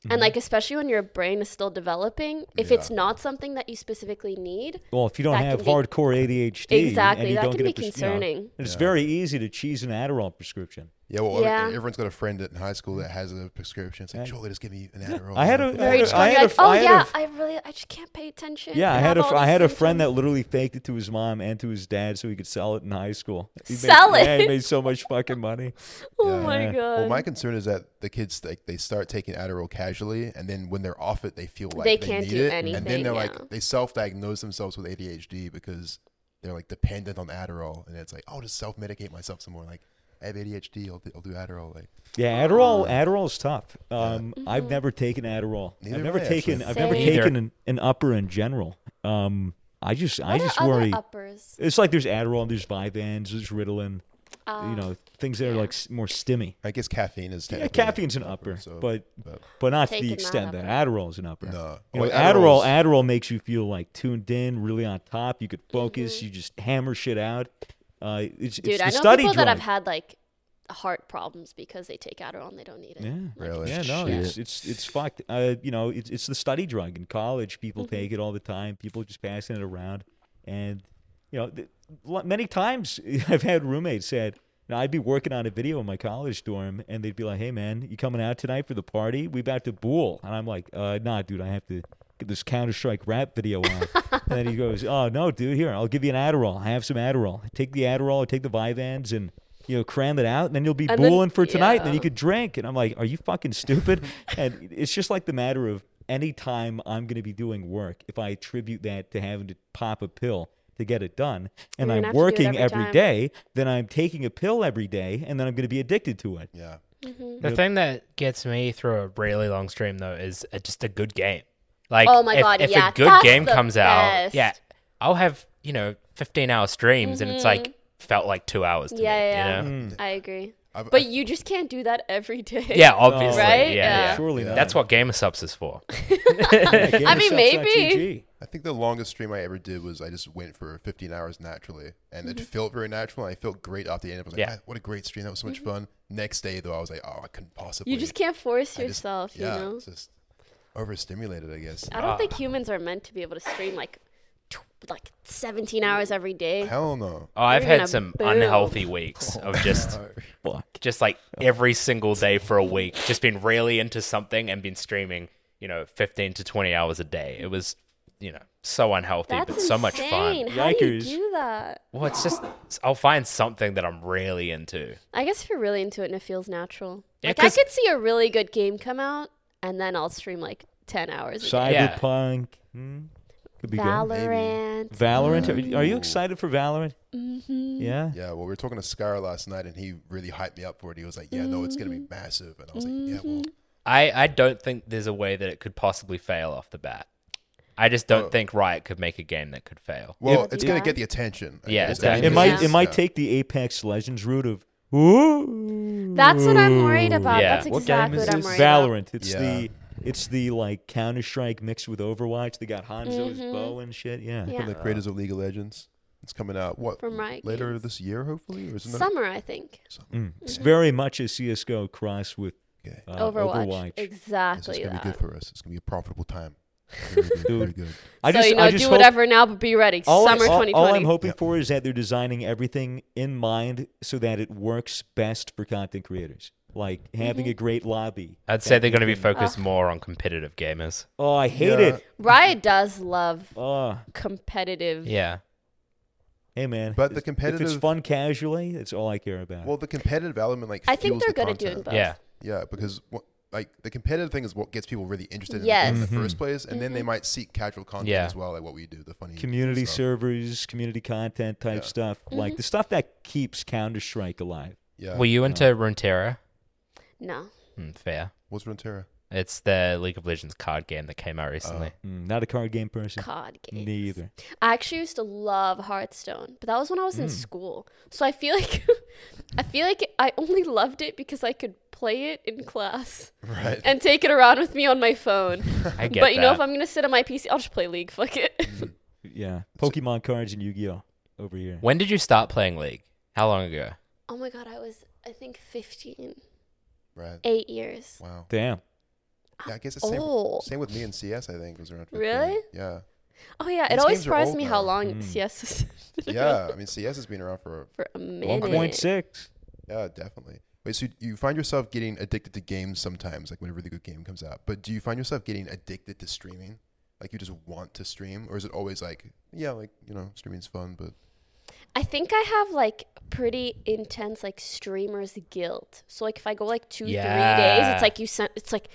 Mm-hmm. And like especially when your brain is still developing, if it's not something that you specifically need, Well, if you don't That have can be- hardcore ADHD, Exactly, and you that don't can get a be pres- you know, concerning. it's very easy to cheese an Adderall prescription. Yeah, well, Yeah. everyone's got a friend in high school that has a prescription. It's like, Joel, just give me an Adderall. I had a- where you I just go, you're had a like, f- oh I had a yeah, f- I really I just can't pay attention. Yeah, I have had a all fr- I these had a friend symptoms." that literally faked it to his mom and to his dad so he could sell it in high school. He made- Sell Yeah, he it? made so much fucking money. Oh Yeah. my Yeah. god. Well, my concern is that the kids like they start taking Adderall casually, and then when they're off it, they feel like They they, can't need do it, and then anything, they're yeah. like they self-diagnose themselves with ADHD because they're like dependent on Adderall, and it's like I'll just self-medicate myself some more. Like I have ADHD, I'll, do- I'll do Adderall. Like Yeah, Adderall. Adderall's tough. Um, I've never taken Adderall. Neither have I've never I, actually. taken. I've never Mm-hmm. Same. Neither. taken an, an upper in general. Um, I just, I What are just other worry. uppers? It's like there's Adderall, there's Vyvanse, there's Ritalin. Ah, you know, things that are like s- more stimmy. I guess caffeine is Yeah, technically caffein's an upper, so- but but- but not to Taking the that extent that Adderall's an upper. No. You know, Well, Adderall Adderall's- Adderall makes you feel like tuned in, really on top. You could focus. You just hammer shit out. Uh, it's, Mm-hmm. Dude, it's I the know study people drug. that have had like heart problems because they take Adderall and they don't need it. yeah. really. Yeah, no, it's it's it's fucked. Uh, you know, it's it's the study drug in college. People Mm-hmm. take it all the time. People just passing it around, and you know, th- lo- many times I've had roommates said, you know, "I'd be working on a video in my college dorm, and they'd be like, hey, man, you coming out tonight for the party? We about to bool.'" And I'm like, uh, "Nah, dude, I have to." Get this Counter Strike rap video on, and then he goes, "Oh no, dude! Here, I'll give you an Adderall. Have some Adderall. Take the Adderall, take the Vyvanse, and you know, cram it out, and then you'll be And then- booling for tonight. And yeah. then you could drink. And I'm like, are you fucking stupid? and it's just like the matter of any time I'm going to be doing work, if I attribute that to having to pop a pill to get it done, You're and gonna I'm have to do it working every every time. day, then I'm taking a pill every day, and then I'm going to be addicted to it. Yeah. The thing that gets me through a really long stream though is uh just a good game. Like Oh my if, God, if yeah, a good that's game the comes out, best. yeah, I'll have you know 15 hour streams and it's like felt like two hours. To Mm-hmm. Yeah, me, yeah, You know? I agree. Hmm. I've- but you just can't do that every day. Yeah, obviously. Right? Yeah, Yeah. yeah. Surely not. That's what gamer subs is for. Oh, Yeah, I mean, GamerSubs.gg. maybe. I think the longest stream I ever did was I just went for 15 hours naturally, and Mm-hmm. it felt very natural. And I felt great after the end. I was like, Yeah. "Ah, "What a great stream! That was so much fun." Next day, though, I was like, "Oh, I couldn't possibly." Mm-hmm. You just can't force I just- yourself, yeah, you know? it's just overstimulated, I guess. I don't Ah. think humans are meant to be able to stream like tw- like 17 hours every day. Hell no. Oh, I've You're gonna had some boom. unhealthy weeks of just Fuck. just like every single day for a week, just been really into something and been streaming, you know, 15 to 20 hours a day. It was, you know, so unhealthy, That's but so much insane. fun. How do you Yikers. do that? Well, it's just, I'll find something that I'm really into. I guess if you're really into it and it feels natural. Yeah, like I 'cause- could see a really good game come out and then I'll stream like 10 hours. a day. Yeah. Cyberpunk. Hmm. Could be good. Valorant. Valorant. Are, Mm-hmm. are you excited for Valorant? Mm-hmm. Yeah. Yeah, well, we were talking to Skylar last night, and he really hyped me up for it. He was like, "Yeah, no, it's gonna Mm-hmm. be massive," and I was like, "Yeah, well, I, I don't think there's a way that it could possibly fail off the bat. I just don't think Riot could make a game that could fail. well, It- it's gonna Yeah. get the attention." I Yeah, guess. exactly. It might Yeah. it might take the Apex Legends route of Ooh. That's what I'm worried about. Yeah. That's What game exactly is what, I'm this? worried about. Valorant. It's Yeah. the it's the like Counter Strike mixed with Overwatch. They got Hanzo's Mhm. bow and shit. Yeah. Yeah. From the creators of League of Legends. It's coming out what From Riot later Games. this year, hopefully, or is it not? Summer, I think. Mm. It's Mm-hmm. very much a CS:GO cross with Okay, uh, Overwatch. Overwatch. This is Exactly gonna that. be good for us. It's gonna be a profitable time. Very good, Dude. very good. I just so you know, I do just hope whatever now, but be ready. All, Summer all, 2020. all I'm hoping Yeah. for is that they're designing everything in mind so that it works best for content creators. Like having Mm-hmm. a great lobby. I'd say they're going to be focused Ah. more on competitive gamers. Oh, I hate Yeah. it. Riot does love Oh, competitive. Yeah. hey man. But the if- if it's competitive- fun casually, that's all I care about. Well, the competitive element, like I think fuels they're the good at doing content. both. Yeah. Yeah, because what, like the competitive thing is what gets people really interested in, the game Yes. Mm-hmm. in the first place, and then they might seek casual content Yeah. as well, like what we do, the funny community stuff. servers, community content type Yeah. stuff, Mm-hmm. like the stuff that keeps Counter Strike alive. Yeah, Were you into Runeterra? No. Mm, fair. what's Runeterra? It's the League of Legends card game that came out recently. Mm, not a card game person. COD games. Neither. I actually used to love Hearthstone, but that was when I was Hmm. in school. So I feel like I feel like I only loved it because I could play it in class Right. Mm-hmm. and take it around with me on my phone. Oh. I get but you know, that. if I'm gonna sit on my PC, I'll just play League. Fuck it. Yeah. Pokemon cards and Yu Gi Oh! over here. When did you start playing League? How long ago? oh my god, I was I think 15, Right. eight years. Wow. Damn. Yeah, I guess it's same, old. same with me and CS. I think was around. 15. Oh. Really? Yeah. Oh yeah, These it always games are surprised old me now. how long CS has been around Yeah. I mean, CS has been around for for a minute. 1.6. yeah, definitely. Wait, so you find yourself getting addicted to games sometimes, like when a really good game comes out. But do you find yourself getting addicted to streaming? Like you just want to stream, or is it always like, yeah, like you know, streaming's fun, but I think I have like pretty intense like streamers guilt. So like if I go like two three days, Yeah. it's like you sent. It's like,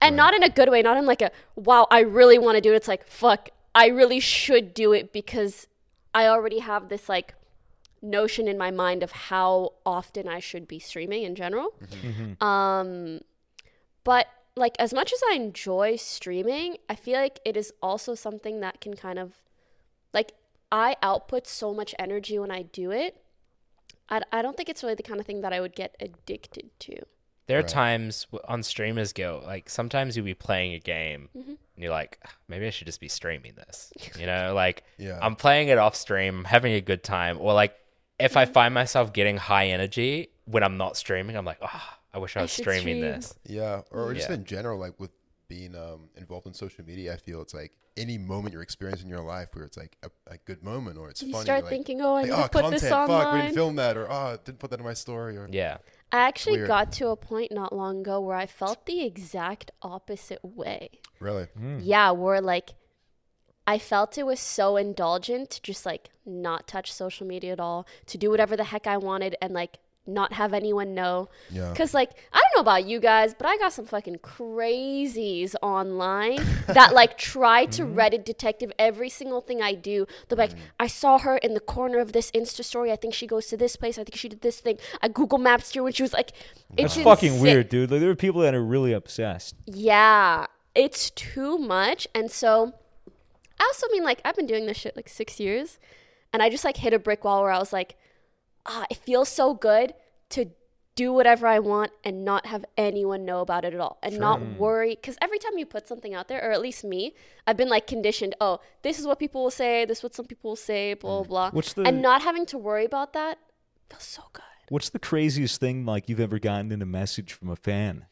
and not in a good way, not in like a wow, I really want to do it. It's like fuck, I really should do it because I already have this like notion in my mind of how often I should be streaming in general. Um, but like as much as I enjoy streaming, I feel like it is also something that can kind of like I output so much energy when I do it. I, I don't think it's really the kind of thing that I would get addicted to. There are Right. times w- on Streamers Guild, like sometimes you'll be playing a game Mm-hmm. and you're like, "Ugh, maybe I should just be streaming this. You know, like Yeah. I'm playing it off stream, I'm having a good time. Or like if Mm-hmm. I find myself getting high energy when I'm not streaming, I'm like, oh, I wish I I was should streaming stream." this. Yeah, or just Yeah. in general, like with being um, involved in social media, I feel it's like any moment you're experiencing in your life where it's like a, a good moment or it's You funny. start like, thinking, oh, like, I need to oh, put content, this fuck, we online." didn't film that, or oh, didn't put that in my story, or Yeah. I actually weird. got to a point not long ago where I felt the exact opposite way. really, Mm. Yeah, where like I felt it was so indulgent to just like not touch social media at all, to do whatever the heck I wanted and like not have anyone know. yeah, Cause like I don't know about you guys, but I got some fucking crazies online that like try Mm. to Reddit detective every single thing I do. They're like, I saw her in the corner of this Insta story. I think she goes to this place. I think she did this thing. I Google Maps her when she was like, it's It's fucking insane. weird, dude. Like, there are people that are really obsessed. Yeah, it's too much, and so I also mean like I've been doing this shit like six years, and I just like hit a brick wall where I was like, ah, it feels so good to do whatever I want and not have anyone know about it at all and not worry. Because every time you put something out there, or at least me, I've been like conditioned. Oh, this is what people will say. This is what some people will say. Blah blah. blah. Mm. What's the- and not having to worry about that feels so good. What's the craziest thing like you've ever gotten in a message from a fan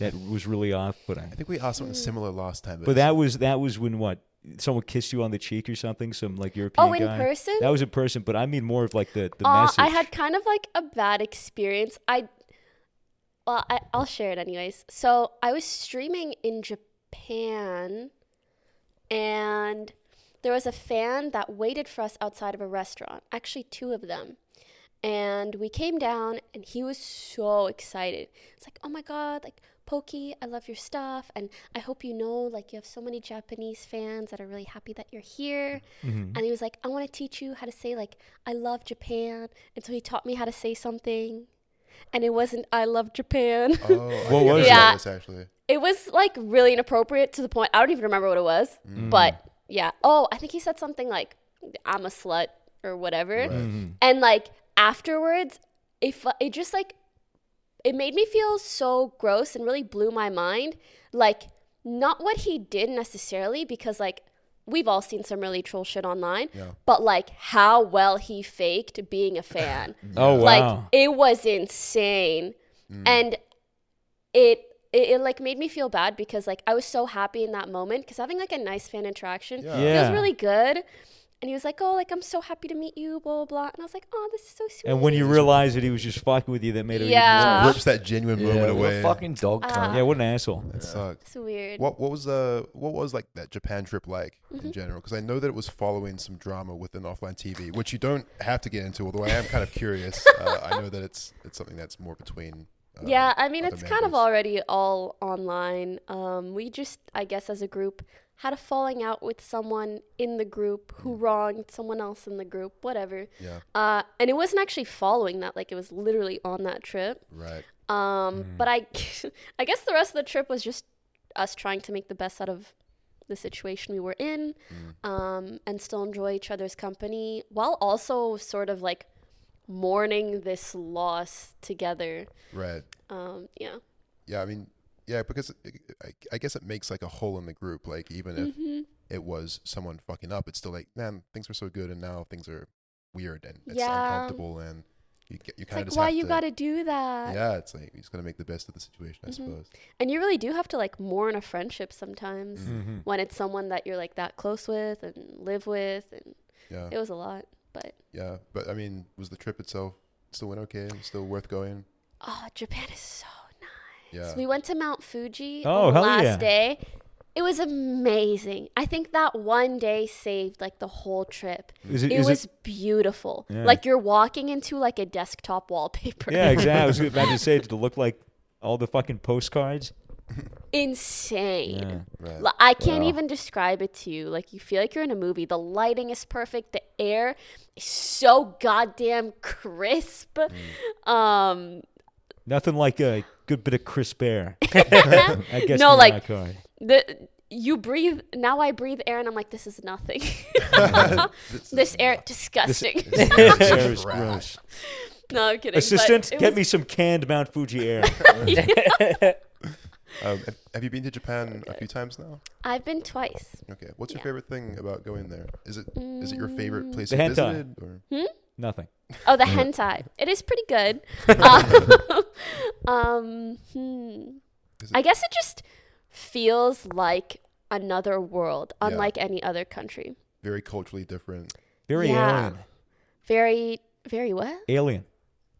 that was really off putting? I think we asked Mm. something similar last time, but, But that was that was when what someone kissed you on the cheek or something. Some like European Oh, in guy. person? That was in person, but I mean more of like the the Uh, message. I had kind of like a bad experience. I, well, I, I'll share it anyways. So I was streaming in Japan, and there was a fan that waited for us outside of a restaurant. Actually, two of them. And we came down, and he was so excited. It's like, oh my god, like Pokey, I love your stuff, and I hope you know, like, you have so many Japanese fans that are really happy that you're here. And he was like, I want to teach you how to say, like, I love Japan. And so he taught me how to say something, and it wasn't, I love Japan. oh, I What think I was saw it? this, actually, it was like really inappropriate to the point I don't even remember what it was. But yeah. Oh, I think he Mm-hmm. said something like I'm a slut or whatever. And like afterwards, it, fu- it just like it made me feel so gross and really blew my mind like not what he did necessarily because like we've all seen some really troll shit online but like how well he faked being a fan Oh like it was insane and it, it it like made me feel bad because like i was so happy in that moment because having like a nice fan interaction Yeah. Yeah. feels really good and he was like oh like i'm so happy to meet you blah blah, blah. and i was like oh this is so sweet and when you realize that he was just fucking with you, that made it Yeah. even worse. Uh, rips that genuine Yeah, moment what a away. fucking dog Ah. cunt. Yeah, what an asshole. It sucked. it's weird What what was the what was like that Japan trip like Mm-hmm. in general? Because I know that it was following some drama within offline TV, which you don't have to get into. Although I am kind of curious. uh, I know that it's it's something that's more between. um, yeah i mean other it's kind of members. already all online um we just i guess as a group had a falling out with someone in the group who wronged someone else in the group whatever Yeah, uh and it wasn't actually following that like it was literally on that trip right. Um, Mm. but I, I guess the rest of the trip was just us trying to make the best out of the situation we were in, Mm. um, and still enjoy each other's company while also sort of like mourning this loss together. Right. Um, yeah. Yeah, I mean, yeah, because it, I, I guess it makes like a hole in the group. Like even if Mm-hmm. it was someone fucking up, it's still like, man, things were so good, and now things are weird and it's Yeah. uncomfortable, and you get- you It's kind of like just why have you to, gotta do that, Mm-hmm. Yeah, it's like you just gotta make the best of the situation, I suppose. and you really do have to like mourn a friendship sometimes Mm. when it's someone that you're like that close with and live with, and Yeah, it was a lot. But yeah, but I mean, was the trip itself still went okay? Still worth going? oh, Japan is so nice. Yeah, So we went to Mount Fuji Oh, on the hell last yeah. day. It was amazing. I think that one day saved like the whole trip. Is It is was beautiful. Yeah. Like you're walking into like a desktop wallpaper. Yeah, exactly. I was about to say, did it look like all the fucking postcards? Insane. right. Li- I can't even describe it to you. Like you feel like you're in a movie. The lighting is perfect. The air is so goddamn crisp. Mm. Um Nothing like a good bit of crisp air. I guess No, in like- that card. the you breathe now I breathe air and I'm like this is nothing. This is this air disgusting. air is trash. gross. No, I'm kidding. but Assistant, it get was- me some canned Mount Fuji air. Um, have, have you been to Japan a few times now? I've been twice. Okay. What's your Yeah. favorite thing about going there? Is it is it your favorite place The you hentai. visited? Or? Nothing. Mm. Oh, the hentai. It is pretty good. Uh, um, hmm. Is I guess it just feels like another world, Yeah. unlike any other country. Very culturally different. Very Yeah. alien. Very, very what? Alien.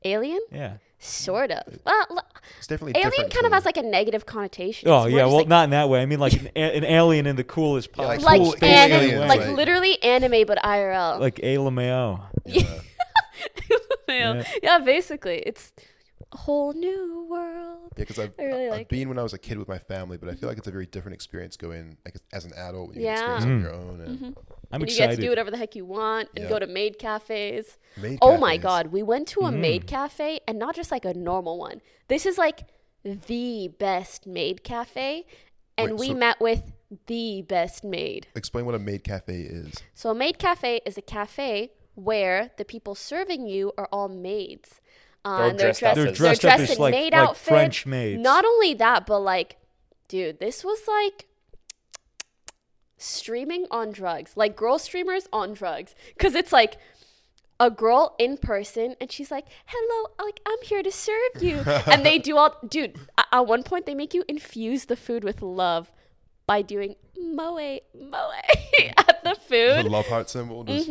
Alien? Yeah. Sort of. Well, l- It's definitely alien different kind of to- has like a negative connotation. Oh It's more yeah, just well like, not in that way. I mean like an, a- an alien in the coolest Yeah, possible like cool space alien, anime, way. like like- literally anime, but IRL. like A. LaMeo. yeah. yeah. yeah. yeah, basically, it's a whole new world. Yeah, because I've, I really I've like it. been when I was a kid with my family, but I feel like it's a very different experience going like as an adult. when You Yeah. experience on your own. And Mm-hmm. and I'm you excited. get to do whatever the heck you want and Yeah. go to maid cafes. Maid oh my cafes. Mm-hmm. god, we went to a maid cafe and not just like a normal one. This is like the best maid cafe and Wait, we so- met with the best maid. Explain what a maid cafe is. So a maid cafe is a cafe where the people serving you are all maids. Uh, They're and they're dressed up dressed, as- they're They're dressed, dressed up as, in like- maid like outfits. French maids. Not only that, but like, dude, this was like streaming on drugs, like girl streamers on drugs, because it's like a girl in person, and she's like, "Hello, like I'm here to serve you," and they do all, dude. a- At one point, they make you infuse the food with love by doing moe moe at the The food. love heart symbol. Mm-hmm. Just,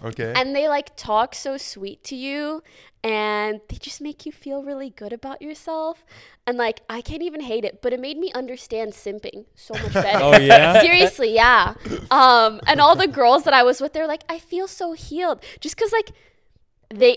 mhm, Okay. And they like talk so sweet to you and they just make you feel really good about yourself. And like, I can't even hate it, but it made me understand simping so much better. Oh yeah. Seriously, yeah. Um, and all the girls that I was with, they're like, I feel so healed. Just because, like, they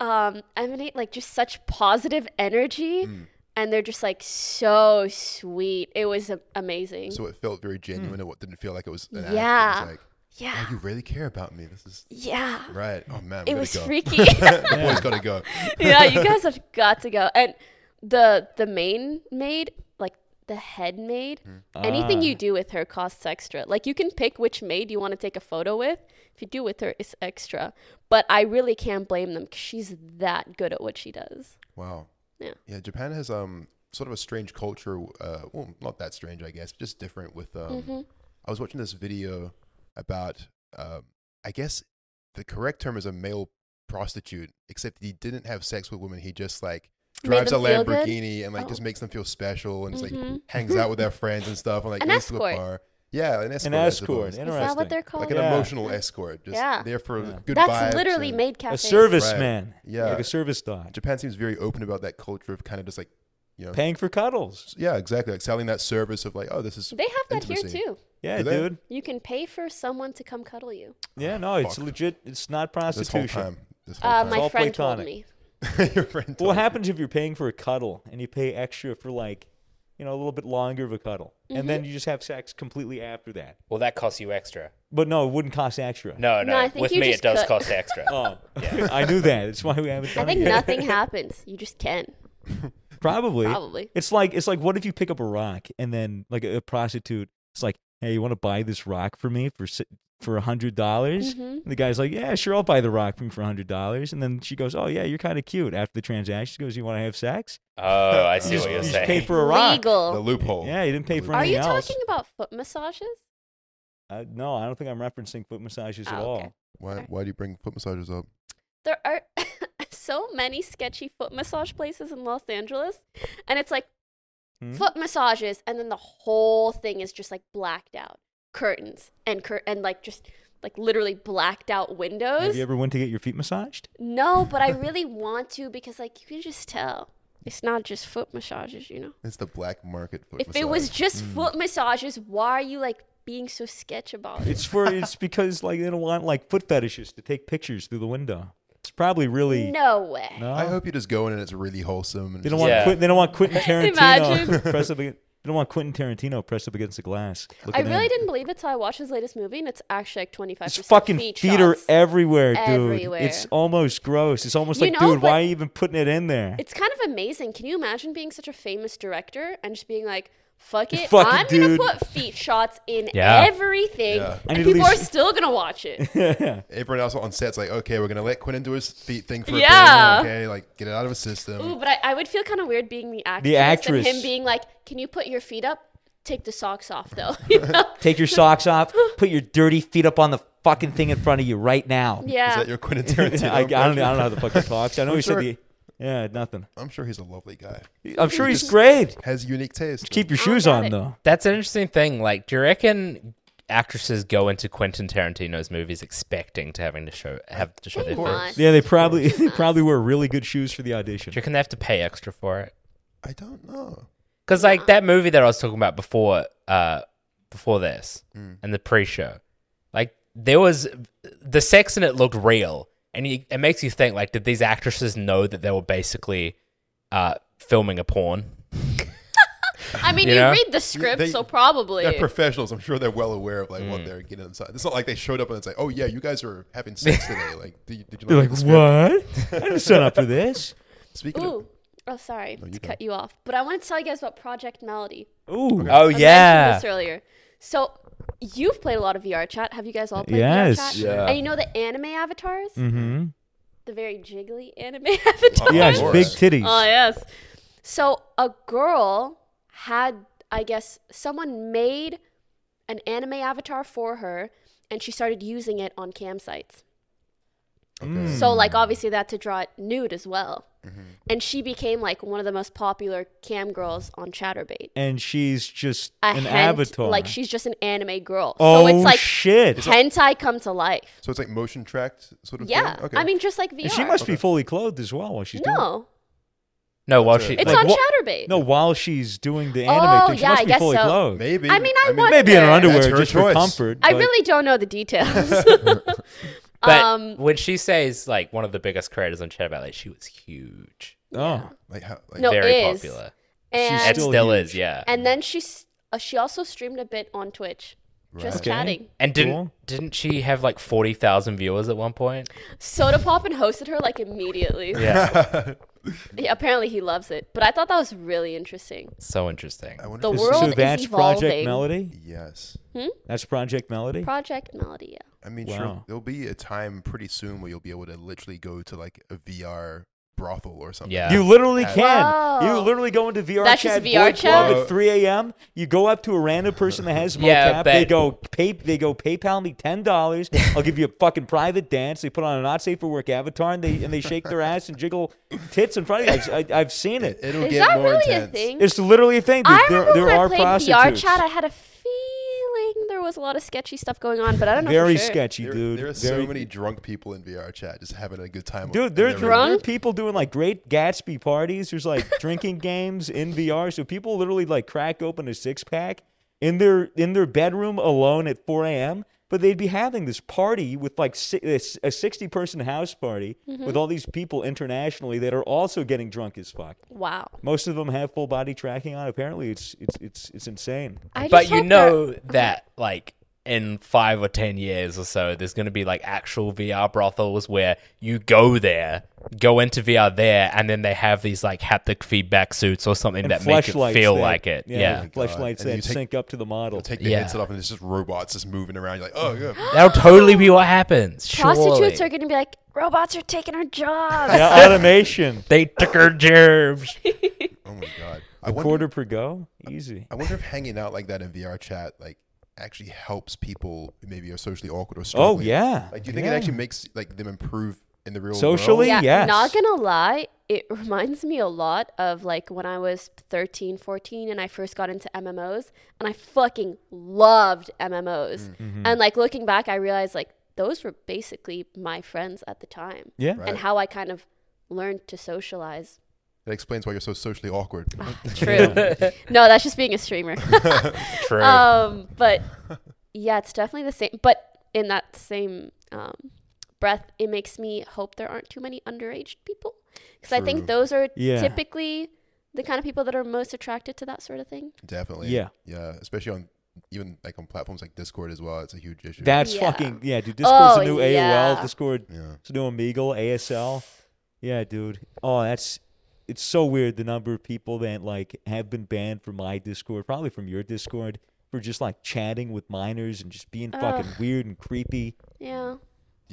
um, emanate, like, just such positive energy. Mm. And they're just, like, so sweet. It was a- amazing. so it felt very genuine. and It didn't feel like it was. An Mm. Yeah. Act. It was like, yeah. oh, you really care about me. This is Yeah. right. Oh man, we It gotta was go. freaky. The boys gotta go. yeah, you guys have got to go. And the the main maid, like the head maid. Ah. Anything you do with her costs extra. Like you can pick which maid you want to take a photo with. If you do with her, it's extra. But I really can't blame them 'cause she's that good at what she does. Wow. Yeah. Yeah. Japan has um sort of a strange culture. Uh, well, not that strange, I guess, just different. With Mm-hmm. um, Mm-hmm. I was watching this video about um, I guess the correct term is a male prostitute, except he didn't have sex with women. He just like Made drives a them feel good? Oh. Mm-hmm. Lamborghini and like just makes them feel special and just like hangs out with their friends and stuff and like An goes to escort. a bar. Yeah, an escort. An I escort. suppose. Is that what they're called? Like an Yeah. emotional escort, just Yeah. there for Yeah. good That's vibes literally and- maid A cafe. service Right. man. Yeah. Like a service dog. Japan seems very open about that culture of kind of just like, you know, Paying for cuddles. yeah, exactly, like selling that service of like, oh, this is They have that intimacy. here too. Yeah, Do they? dude. You can pay for someone to come cuddle you. Yeah, no, it's Fuck. legit. It's not This whole prostitution. time, this whole Uh, time. my all friend told platonic. me. Your friend What told me. happens if you're paying for a cuddle and you pay extra for like, you know, a little bit longer of a cuddle, and Mm-hmm. then you just have sex completely after that? Well, that costs you extra. But no, it wouldn't cost extra. No, No, no. I think With you me, just it does cut- cost extra. Oh, I knew that. That's why we haven't I done think it yet. nothing happens. You just can. Probably. Probably. It's like it's like what if you pick up a rock and then like a, a prostitute it's like, "Hey, you want to buy this rock for me for si- for a hundred dollars?" Mm-hmm. And The guy's like, "Yeah, sure, I'll buy the rock for you for a hundred dollars." And then she goes, "Oh yeah, you're kind of cute." After the transaction, she goes, "You want to have sex?" Oh, I You see just, what you're you just paid saying. for a rock. the Legal. loophole. Yeah, you didn't pay for Oh. Are anything you else. talking about foot massages? Uh, no, I don't think I'm referencing foot massages at Oh, all. okay. Why, why do you bring foot massages up? There are so many sketchy foot massage places in Los Angeles, and it's like Hmm? foot massages, and then the whole thing is just like blacked out curtains and cur- and like just like literally blacked out windows. Have you ever went to get your feet massaged? No, but I really want to because like you can just tell it's not just foot massages, you know. It's the black market foot If it was massage. just Hmm. foot massages, why are you like being so sketch about it? It's for it's because like they don't want like foot fetishes to take pictures through the window. It's probably really Oh. No way. No? I hope you just go in and it's really wholesome. And They don't just- want Yeah. Quin- they don't want Quentin Imagine. Tarantino pressed up against, they don't want Quentin Tarantino pressed up against the glass. I looking really in. didn't believe it till I watched his latest movie, and it's actually like twenty five. It's fucking feet feet are shots. everywhere, dude. Everywhere. It's almost gross. It's almost You like, know, dude, why but- are you even putting it in there? It's kind of amazing. Can you imagine being such a famous director and just being like, "Fuck it, Fuck it, I'm dude." gonna put feet shots in Yeah. everything, Yeah. I and need at people are least- still gonna watch it." Everyone else on set's like, okay, we're gonna let Quentin do his feet thing for Yeah. a bit. Okay, like get it out of his system. Ooh, but I, I would feel kind of weird being the actress, actress. and him being like, "Can you put your feet up? Take the socks off, though." You know? Take your socks off. Put your dirty feet up on the fucking thing in front of you right now. Is yeah. that your Quentin I, I Tarantino? don't, I don't know impression? how the fuck he talks. I know he said sure- the yeah, nothing. I'm sure he's a lovely guy. I'm sure he's great. Has unique taste. Keep your I shoes got on it. though. That's an interesting thing. Like, do you reckon actresses go into Quentin Tarantino's movies expecting to having to show have to show their Come on. feet? Yeah, they probably they probably wear really good shoes for the audition. Do you reckon they have to pay extra for it? I don't know. Because like that movie that I was talking about before, uh, before this Mm. and the pre-show, like there was the sex in it looked real, and you, it makes you think like, did these actresses know that they were basically uh, filming a porn? I mean, You you, know? read the script, They- so probably. They're professionals. I'm sure they're well aware of like Mm. what they're getting inside. It's not like they showed up and it's like, oh yeah, you guys are having sex today. Like, did you, did you They're look like, at the script? what? I didn't sign up for this. Speaking of, Ooh, oh, sorry to cut you off, but I wanted to tell you guys about Project Melody. Ooh, Oh I yeah, mentioned this earlier. So you've played a lot of VR chat. Have you guys all played Yes. VR chat? Yeah. And you know the anime avatars, mm-hmm. the very jiggly anime avatars. yes, course. big titties. Oh yes. So a girl had, I guess, someone made an anime avatar for her, and she started using it on campsites. Mm. okay. So like obviously that to draw it nude as well. And she became like one of the most popular cam girls on ChatterBait. and she's just A an hent- avatar. like she's just an anime girl. oh so it's like shit! hentai come to life. so it's like motion tracked sort of Yeah, thing. I mean just like VR. And she must be fully clothed as well while she's doing. no, no, while she it's Like, on what- ChatterBait. No, while she's doing the anime Oh, thing, she yeah, must I be guess fully so. clothed. maybe. I mean, I want- Maybe in her That's underwear, her just for choice. comfort. I but- really don't know the details. But Um, when she says like one of the biggest creators on Chat About, like she was huge, Oh, like, how, like No, very is. popular. and It Still still huge. is, yeah. and then she s- uh, she also streamed a bit on Twitch, just Right. Okay. chatting. And didn't Cool. didn't she have like forty thousand viewers at one point? Soda Pop and hosted her like immediately. Yeah, Yeah, apparently he loves it. But I thought that was really interesting. So interesting. I wonder The if this- world so is that's Project evolving. Melody. Yes. That's Project Melody. Project Melody, yeah. I mean, sure. Wow. There'll be a time pretty soon where you'll be able to literally go to like a VR brothel or something. Yeah. You literally Wow. can. You literally go into VR That's just chat. VR Void Club chat? at 3 a.m. You go up to a random person that has mocap. Yeah, they but- go pay. They go PayPal me ten dollars. I'll give you a fucking private dance. They put on a not safe for work avatar and they and they shake their ass and jiggle tits in front of you. I've, I, I've seen it. It'll Is get that more really intense. a thing? It's literally a thing. Dude. I there remember there when are I played VR prostitutes. chat, I had a feeling there was a lot of sketchy stuff going on, but I don't know. Very for sure. sketchy, There, dude. there are Very- so many drunk people in VR chat just having a good time. Dude, in there, their there room. are Drunk? people doing like great Gatsby parties. There's like drinking games in VR. So people literally like crack open a six pack in their in their bedroom alone at 4 a.m. But they'd be having this party with like si- this- a 60 person house party Mm-hmm. with all these people internationally that are also getting drunk as fuck. Wow. Most of them have full body tracking on. Apparently, it's it's it's it's insane. I just but you hope know there- that like in five or ten years or so there's going to be like actual vr brothels where you go there go into vr there and then they have these like haptic feedback suits or something And that make it fleshlights feel that- like it yeah, flashlights And you that take- sync up to the model. Take the Yeah. headset off and it's just robots just moving around. You're like, oh, yeah. that'll totally be what happens prostitutes surely. are going to be like, robots are taking our jobs. yeah, automation. they took her germs oh my god. I wonder, Quarter per go, easy. I wonder if hanging out like that in VR chat like actually helps people who maybe are socially awkward or struggling. Oh yeah. Like, do you think it Yeah. actually makes like them improve in the real Socially? world? yeah, yes. not going to lie, it reminds me a lot of like when I was 13, 14 and I first got into MMOs and I fucking loved Mm, MMOs. mm-hmm. And like looking back, I realized like those were basically my friends at the time Yeah. Right. and how I kind of learned to socialize. Ah, That explains why you're so socially awkward. True. no, that's just being a streamer. true um, but yeah, it's definitely the same. But in that same um, breath, it makes me hope there aren't too many underage people because I True. think those are Yeah. typically the kind of people that are most attracted to that sort of thing. Definitely. Yeah. Yeah. Especially on even like on platforms like Discord as well. It's a huge issue. That's Yeah. fucking yeah, dude. Discord's Oh, a new AOL. yeah. Discord's yeah. a new Omegle, ASL. Yeah, dude. Oh, that's it's so weird the number of people that like have been banned from my Discord, probably from your Discord, for just like chatting with minors and just being fucking weird and creepy. Yeah.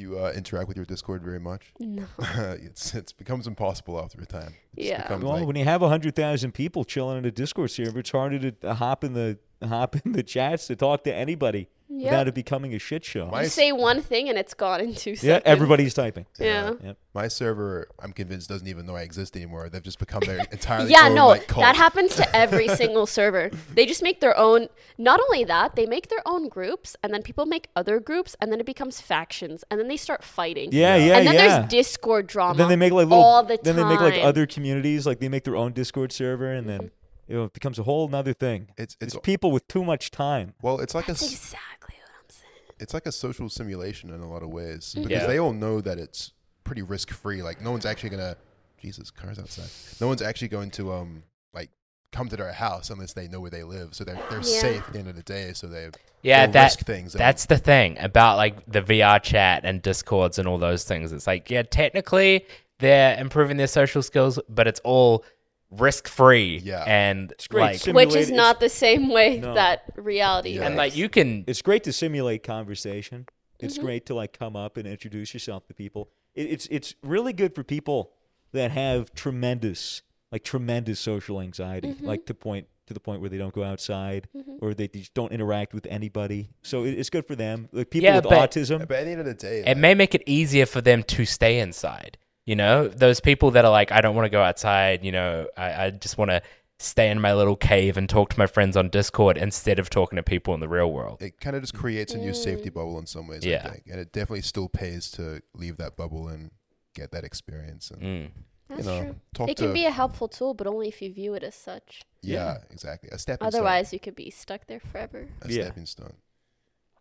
You uh, interact with your Discord very much. No. it's it's becomes impossible after a time. It just Yeah. becomes Well, like- when you have hundred thousand people chilling in a Discord server, it's harder to hop in the hop in the chats to talk to anybody without it becoming a shit show. My- You say one thing and it's gone in two yeah, seconds. everybody's typing. Yeah. my server, I'm convinced, doesn't even know I exist anymore. They've just become their entirely Yeah, own, no, like, cult. that happens to every single server. They just make their own. Not only that, they make their own groups, and then people make other groups, and then it becomes factions, and then they start fighting. Yeah, yeah, and then yeah. there's Discord drama. And then they make like little, all the time. Mm-hmm. then they make like other communities, like they make their own Discord server, and then you know, it becomes a whole nother thing. It's- It's it's- people with too much time. well, it's like a That's s- exactly what I'm saying. it's like a social simulation in a lot of ways because Yeah. they all know that it's pretty risk free. Like no one's actually gonna Jesus cars outside. No one's actually going to um like come to their house unless they know where they live. So they're they're Yeah. safe at the end of the day. So they yeah they'll that, risk things. and- that's the thing about like the vr chat and discords and all those things it's like yeah technically they're improving their social skills but it's all risk free Yeah. and great like sim- Which Simulate- is not the same way No. that reality. Yeah. and works. like you can It's great to simulate conversation. It's Mm-hmm. great to like come up and introduce yourself to people. It, it's it's really good for people that have tremendous like tremendous social anxiety, Mm-hmm. like to point to the point where they don't go outside or they just don't interact with anybody. So it, it's good for them. Like people Yeah, with but- autism, But at the end of the day, it may make it easier for them to stay inside. You know, those people that are like, I don't want to go outside. You know, I, I just want to stay in my little cave and talk to my friends on Discord instead of talking to people in the real world. it kind of just creates a new safety bubble in some ways. I Yeah. think. and it definitely still pays to leave that bubble and get that experience. And Mm. That's you know, true. talk It to can be a helpful tool, but only if you view it as such. yeah, exactly a stepping Otherwise, you could be stuck there forever. stone, a Yeah. stepping stone.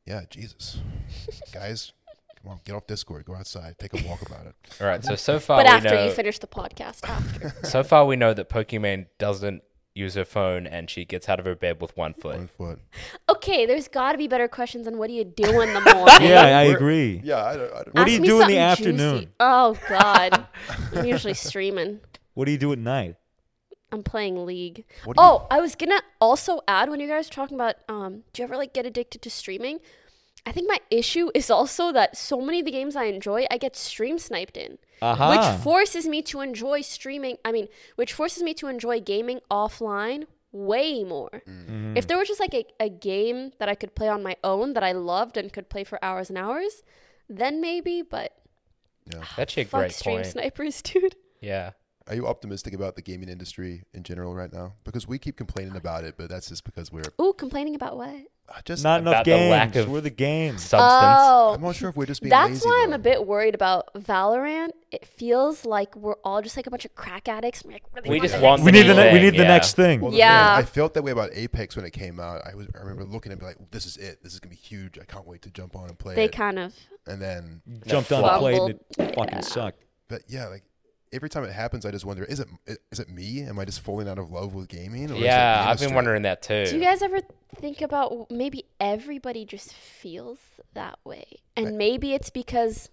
Yeah, Jesus, guys, come on, get off Discord, go outside, take a walk about it. All right. So so far, but we after know, you finish the podcast, after. so far we know that Pokemon doesn't use her phone and she gets out of her bed with one One foot. foot. okay, there's got to be better questions than what do you do in the morning? yeah, I We're- agree. Yeah, I don't. I don't What do Ask you me do in the something afternoon? juicy. Oh God, I'm usually streaming. What do you do at night? I'm playing League. What do you- Oh, I was gonna also add when you guys were talking about um, do you ever like get addicted to streaming? I think my issue is also that so many of the games I enjoy, I get stream sniped in, Aha. Uh-huh. which forces me to enjoy streaming. I mean, which forces me to enjoy gaming offline way more. Mm-hmm. If there was just like a, a game that I could play on my own that I loved and could play for hours and hours, then maybe. But That's actually a fuck great stream point. snipers, dude. Yeah. Are you optimistic about the gaming industry in general right now? Because we keep complaining about it, but that's just because we're Ooh, complaining about what? just. Not about enough the games. lack of- We're the games. Substance. Oh, I'm not sure if we're just being That's lazy, why I'm though. a bit worried about Valorant. It feels like we're all just like a bunch of crack addicts. We're like, really We want just the want next We need the thing. ne- we need the Yeah. next thing. Well, the Yeah. thing is, I felt that way about Apex when it came out. I was I remember looking at it and be like, "This is it. This is gonna be huge. I can't wait to jump on and play They it." kind of. and then, Jumped That on a plate and fumbled. it fucking sucked. but yeah, like every time it happens, I just wonder: is it is it me? Am I just falling out of love with gaming? Or is it Yeah, the I've been industry? wondering that too. Do you guys ever think about w- maybe everybody just feels that way? And maybe it's because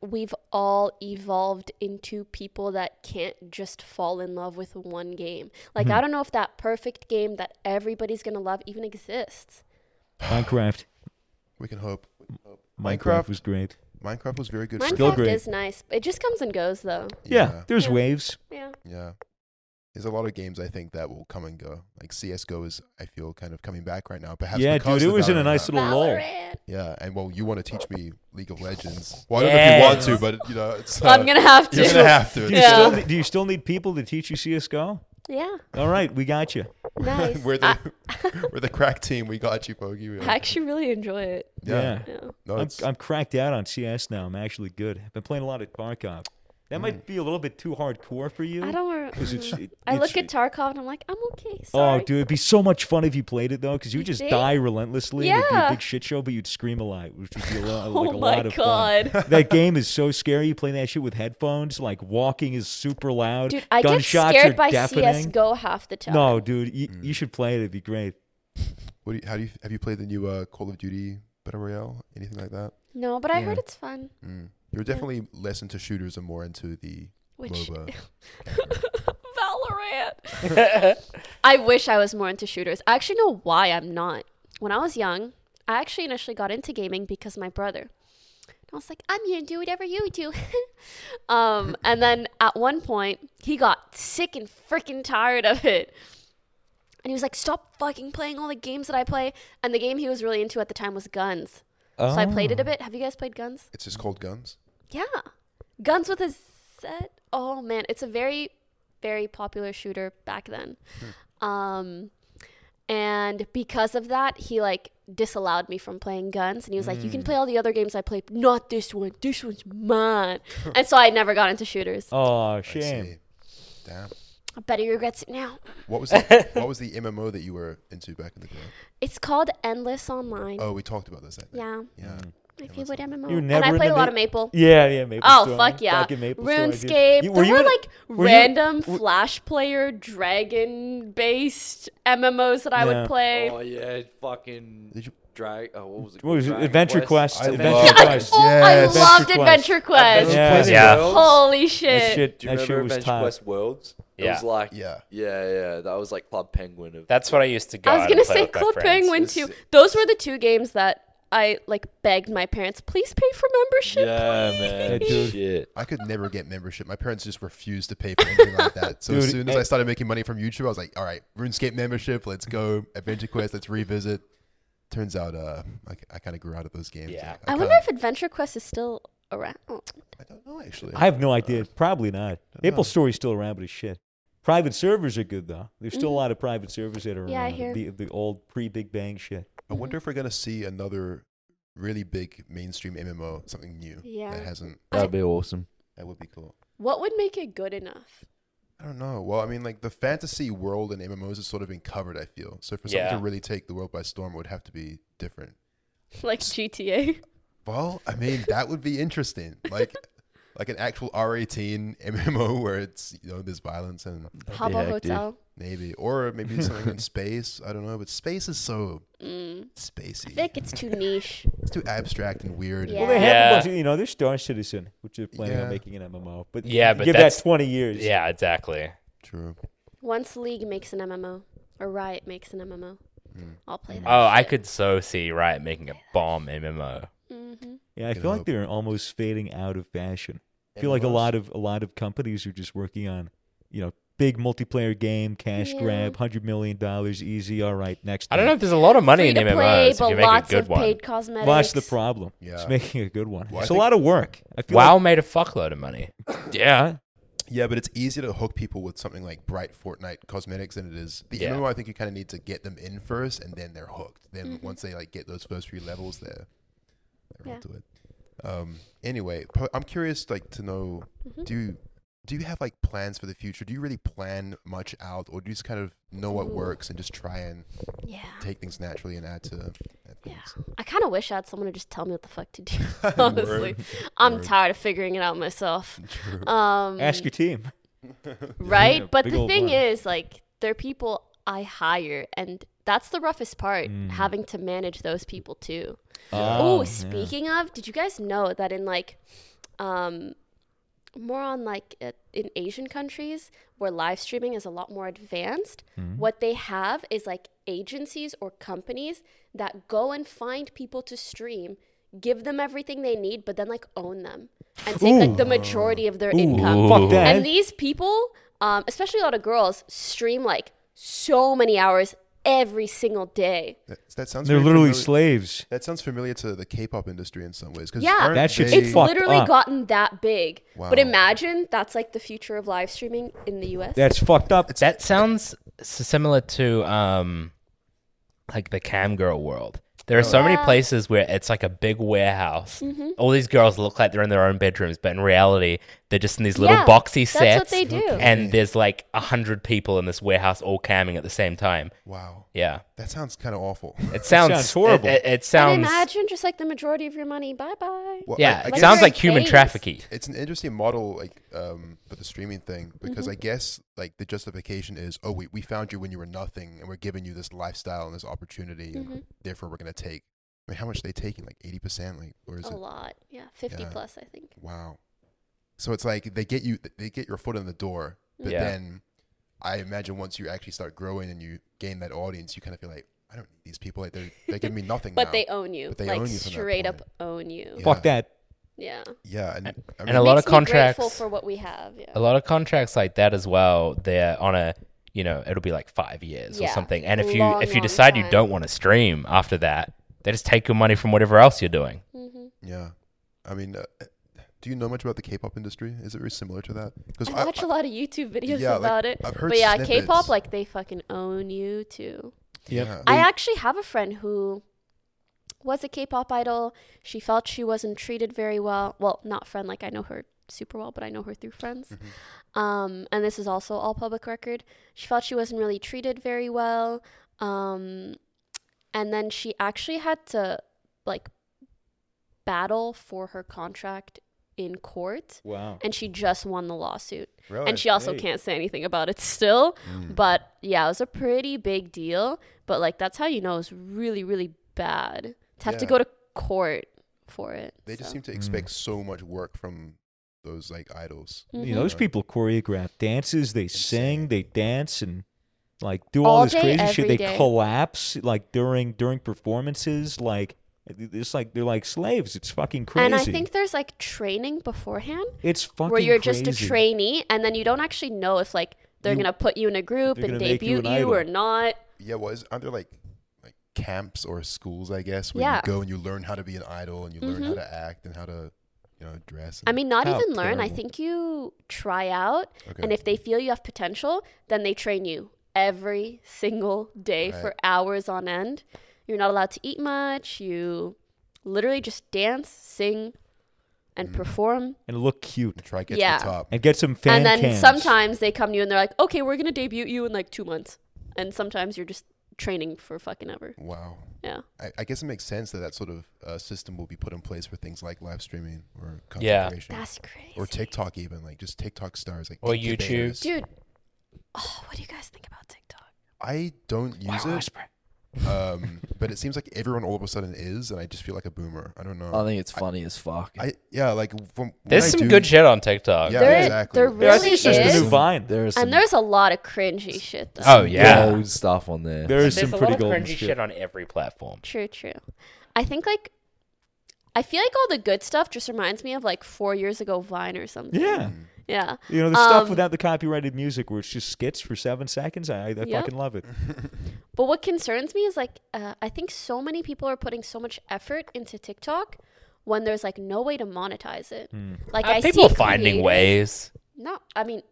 we've all evolved into people that can't just fall in love with one game. Mm-hmm. Like, I don't know if that perfect game that everybody's going to love even exists. Minecraft. We can hope. Minecraft. Minecraft. was great. Minecraft was very good. for- Still Minecraft great. is nice. It just comes and goes, though. Yeah, yeah, there's Yeah. waves. Yeah. yeah. There's a lot of games I think that will come and go. Like CS:GO is, I feel, kind of coming back right now. Perhaps yeah, because dude, it the was in Valorant a nice app. little lull. Valorant. Yeah, and well, you want to teach me League of Legends. Well, I don't know if you want to, but you know, it's, uh, I'm gonna have you're to. gonna have to. Do It's you, Yeah. still, need- do you still need people to teach you CSGO? Yeah, All right, we got you. nice. we're I, the we're the crack team. We got you, Pokey. We- I actually really enjoy it. yeah. Yeah. No, I'm, it's, I'm cracked out on CS now. I'm actually good. I've been playing a lot of Tarkov. That might be a little bit too hardcore for you. I don't. Re- Because it's, it- I it's- look at Tarkov and I'm like, I'm okay. Oh, Sorry. dude, it'd be so much fun if you played it though, because you would You just think? die relentlessly. and It'd be a Yeah. big shit show, but you'd scream a lot, which would be a lot, Oh like my a lot of fun. god. That game is so scary. You play that shit with headphones, like walking is super loud. Dude, I get Gunshots are scared by deafening. CS:GO half the time. No, dude, you, you should play it. It'd be great. what do you, how do you have you played the new uh, Call of Duty Battle Royale? Anything like that? No, but I heard it's fun. Mm. You're definitely less into shooters and more into the Which MOBA. Valorant. I wish I was more into shooters. I actually know why I'm not. When I was young, I actually initially got into gaming because my brother. And I was like, I'm gonna do whatever you do. um, and then at one point, he got sick and freaking tired of it. And he was like, Stop fucking playing all the games that I play. And the game he was really into at the time was Guns. So I played it a bit. Have you guys played Guns? It's just called guns. Yeah. Guns with a set. Oh man, it's a very very popular shooter back then. Hmm. Um and because of that, he like disallowed me from playing guns and he was like, "You can Hmm. play all the other games I play, but not this one. This one's mine." and so I never got into shooters. Oh, I shame. see. Damn. I bet he regrets it now. What was the, what was the MMO that you were into back in the day? It's called Endless Online. Oh, we talked about this. I think. Yeah. Yeah. Mm. My favorite MMO. You were and never I in played the a lot ma- of Maple. Yeah, yeah, Maple Oh Story. fuck yeah! Fucking Maple Story, dude. RuneScape. You- there were, you in a- like were you- random were- Flash player dragon based MMOs that I Yeah. would play. Oh yeah, fucking Did you- drag. Oh, what was it? What was it? Dragon Adventure Quest. I Adventure love- Quest. Oh, Yes. I loved Adventure Adventure Quest. Adventure Yeah. Quest Yeah. Worlds? Holy That shit! shit, Do you that shit remember was Adventure tight. Quest Worlds? It was Yeah. like Yeah. yeah, yeah. That was like Club Penguin of That's what I used to go. I was out gonna and play say with my Club friends. Penguin This too. is- Those were the two games that I like begged my parents, please pay for membership. yeah, man. Yeah, dude. Shit. I could never get membership. My parents just refused to pay for anything like that. So as Dude, soon as eh. I started making money from YouTube, I was like, "All right, RuneScape membership. Let's go Adventure Quest. Let's revisit." Turns out, uh, I, I kind of grew out of those games. Yeah. I wonder kinda- if Adventure Quest is still around. I don't know actually. I Uh, have no idea. Probably not. know. Maple Story's still around, but it's shit. Private servers are good though. There's still a lot of private servers that are Mm-hmm. Yeah, I around. hear. The, the old pre Big Bang shit. I wonder if we're gonna see another really big mainstream MMO, something new Yeah. that hasn't. Uh, That'd be awesome. That would be cool. What would make it good enough? I don't know. Well, I mean, like the fantasy world in MMOs has sort of been covered. I feel so for something Yeah. to really take the world by storm, it would have to be different. Like GTA. Well, I mean, that would be interesting. Like, like an actual R18 MMO where it's you know there's violence and How about heck, dude. hotel? maybe or maybe something in space. I don't know, but space is so spacey. I feel like Mm. it's too niche. It's too abstract and weird. Yeah. Well, they have Yeah. a bunch of, you know, there's Star Citizen, which is planning Yeah. on making an MMO. But Yeah, but give that's- that 20 years. Yeah, exactly. True. Once League makes an MMO or Riot makes an MMO, I'll play that. Oh, I could so see Riot making a bomb MMO. Mm-hmm. Yeah, I Good feel like hope. they're almost fading out of fashion. I feel like a MMOs. lot of a lot of companies are just working on, you know, big multiplayer game, cash Yeah. grab, hundred million dollars, easy. All right, next. I don't know thing. if there's a lot of money Free in to MMOs play, if but you make a lots good of one. paid cosmetics. Well, that's the problem. It's Yeah. making a good one. Well, I it's think- a lot of work. I feel WoW made a fuckload of money. Like, yeah. Yeah, but it's easier to hook people with something like bright Fortnite cosmetics than it is the Yeah. MMO. I think you kind of need to get them in first, and then they're hooked. Then once they like get those first few levels, they're they're Mm-hmm. Yeah. onto it. Um, anyway, po- I'm curious, like, to know Mm-hmm. do you, do you have like plans for the future? Do you really plan much out, or do you just kind of know what Ooh. works and just try and Yeah. take things naturally and add to add Yeah. things? I kind of wish I had someone to just tell me what the fuck to do. Honestly, I'm Word. tired of figuring it out myself. True. Um, Ask your team. right? Yeah, but big the old thing one. is, like, they're people I hire, and that's the roughest part, having to manage those people too. Oh, Mm. yeah. speaking of, did you guys know that in like, um, more on like uh, in Asian countries where live streaming is a lot more advanced, Mm. what they have is like agencies or companies that go and find people to stream, give them everything they need, but then like own them and take like the majority of their income. Fuck that. And these people, um, especially a lot of girls, stream like so many hours every single day. That, that sounds They're very literally familiar- slaves. That sounds familiar to the K-pop industry in some ways. 'cause Yeah. aren't That shit's they- It's fucked literally up. gotten that big. But Wow. imagine that's like the future of live streaming in the US. That's fucked up. That sounds s- similar to um, like the cam girl world. There are so many Yeah. Mm-hmm. places where it's like a big warehouse. All these girls look like they're in their own bedrooms, but in reality, they're just in these little Yeah, boxy that's sets. what they do. Okay. And there's like a hundred people in this warehouse all camming at the same time. Wow. Yeah, That sounds kind of awful. it sounds, sounds horrible. It, it- it and sounds imagine just like the majority of your money. Bye bye. Well, I- yeah, I it guess- sounds like Like human things. trafficking. it's an interesting model like um for the streaming thing because Mm-hmm. i guess like the justification is oh we, we found you when you were nothing and we're giving you this lifestyle and this opportunity Mm-hmm. and therefore we're going to take i mean how much are they taking like 80% like or is A it lot. Yeah. 50 Yeah. plus, I think. wow so it's like they get you they get your foot in the door Mm. but Yeah. then i imagine once you actually start growing and you gain that audience you kind of feel like i don't need these people like they're, they're giving me nothing But now. they own you. But they like own you from that straight point. up own you. Yeah. Fuck that. Yeah. yeah and, I and a lot Makes of me grateful contracts- for what we have. Yeah. a lot of contracts like that as well they're on a you know it'll be like five years or Yeah. something and if you Long, if you long decide you time. don't want to stream after that they just take your money from whatever else you're doing Mm-hmm. Yeah, I mean, uh, do you know much about the K-pop industry? Is it very similar to that? Because I watch a lot of YouTube videos Yeah, like, about it. I've heard but yeah, snippets. K-pop like they fucking own you too. Yep. Yeah. I actually have a friend who was a K-pop idol. She felt she wasn't treated very well. Well, not friend like I know her super well, but I know her through friends. Mm-hmm. Um, and this is also all public record. She felt she wasn't really treated very well. Um, and then she actually had to like battle for her contract in court Wow. and she just won the lawsuit. Really? And she also Hey. can't say anything about it still. Hmm. Mm. But yeah, it was a pretty big deal. But like that's how you know it's really, really bad to have to Yeah. go to court for it. they just so. Mm. seem to expect so much work from those like idols. Mm-hmm. You know, those Mhm. people choreograph dances, they Insane. sing, they dance, and like do all, All this day, crazy shit. every They day. collapse like during during performances. Like it's like they're like slaves. It's fucking crazy. and I think there's like training beforehand it's fucking where you're crazy. just a trainee and then you don't actually know if like they're You- gonna put you in a group they're and gonna make debut you you, an idol. or not. Yeah, well, is, aren't there like like camps or schools? I guess where Yeah. Mm-hmm. you go and you learn how to be an idol and you learn how to act and how to you know dress. I and- mean, not How even learn. I terrible. think you try out, and Okay. if they feel you have potential, then they train you every single day for hours on end. You're not allowed to eat much. You literally just dance, sing, Mm. and perform. and look cute try get yeah. to the top. and get some fan and then cams. sometimes they come to you and they're like, "Okay, we're gonna debut you in like two months," and sometimes you're just training for fucking ever. Wow. Yeah. I, I guess it makes sense that that sort of uh, system will be put in place for things like live streaming or content Yeah. creation. That's crazy. or TikTok even like just TikTok stars like Or incubators. Dude. Oh, what do you guys think about TikTok? I don't use it, um, but it seems like everyone all of a sudden is, and I just feel like a boomer. I don't know. Oh, I think it's funny as fuck. I yeah, like from There's when I some do- good shit on TikTok. Yeah, there, exactly. there Yeah, really I think it's just the is. new Vine. There's some and there's a lot of cringy shit though. Oh yeah. gold stuff on there. There is There's some a pretty lot of golden cringy shit. on every platform. True, true. I think like I feel like all the good stuff just reminds me of like four years ago Vine or something. Yeah. Yeah. You know, the stuff Um, without the copyrighted music where it's just skits for seven seconds. I, I Yeah. fucking love it. But what concerns me is like uh, I think so many people are putting so much effort into TikTok when there's like no way to monetize it. Like Uh, I people see finding creators- ways. No, I mean,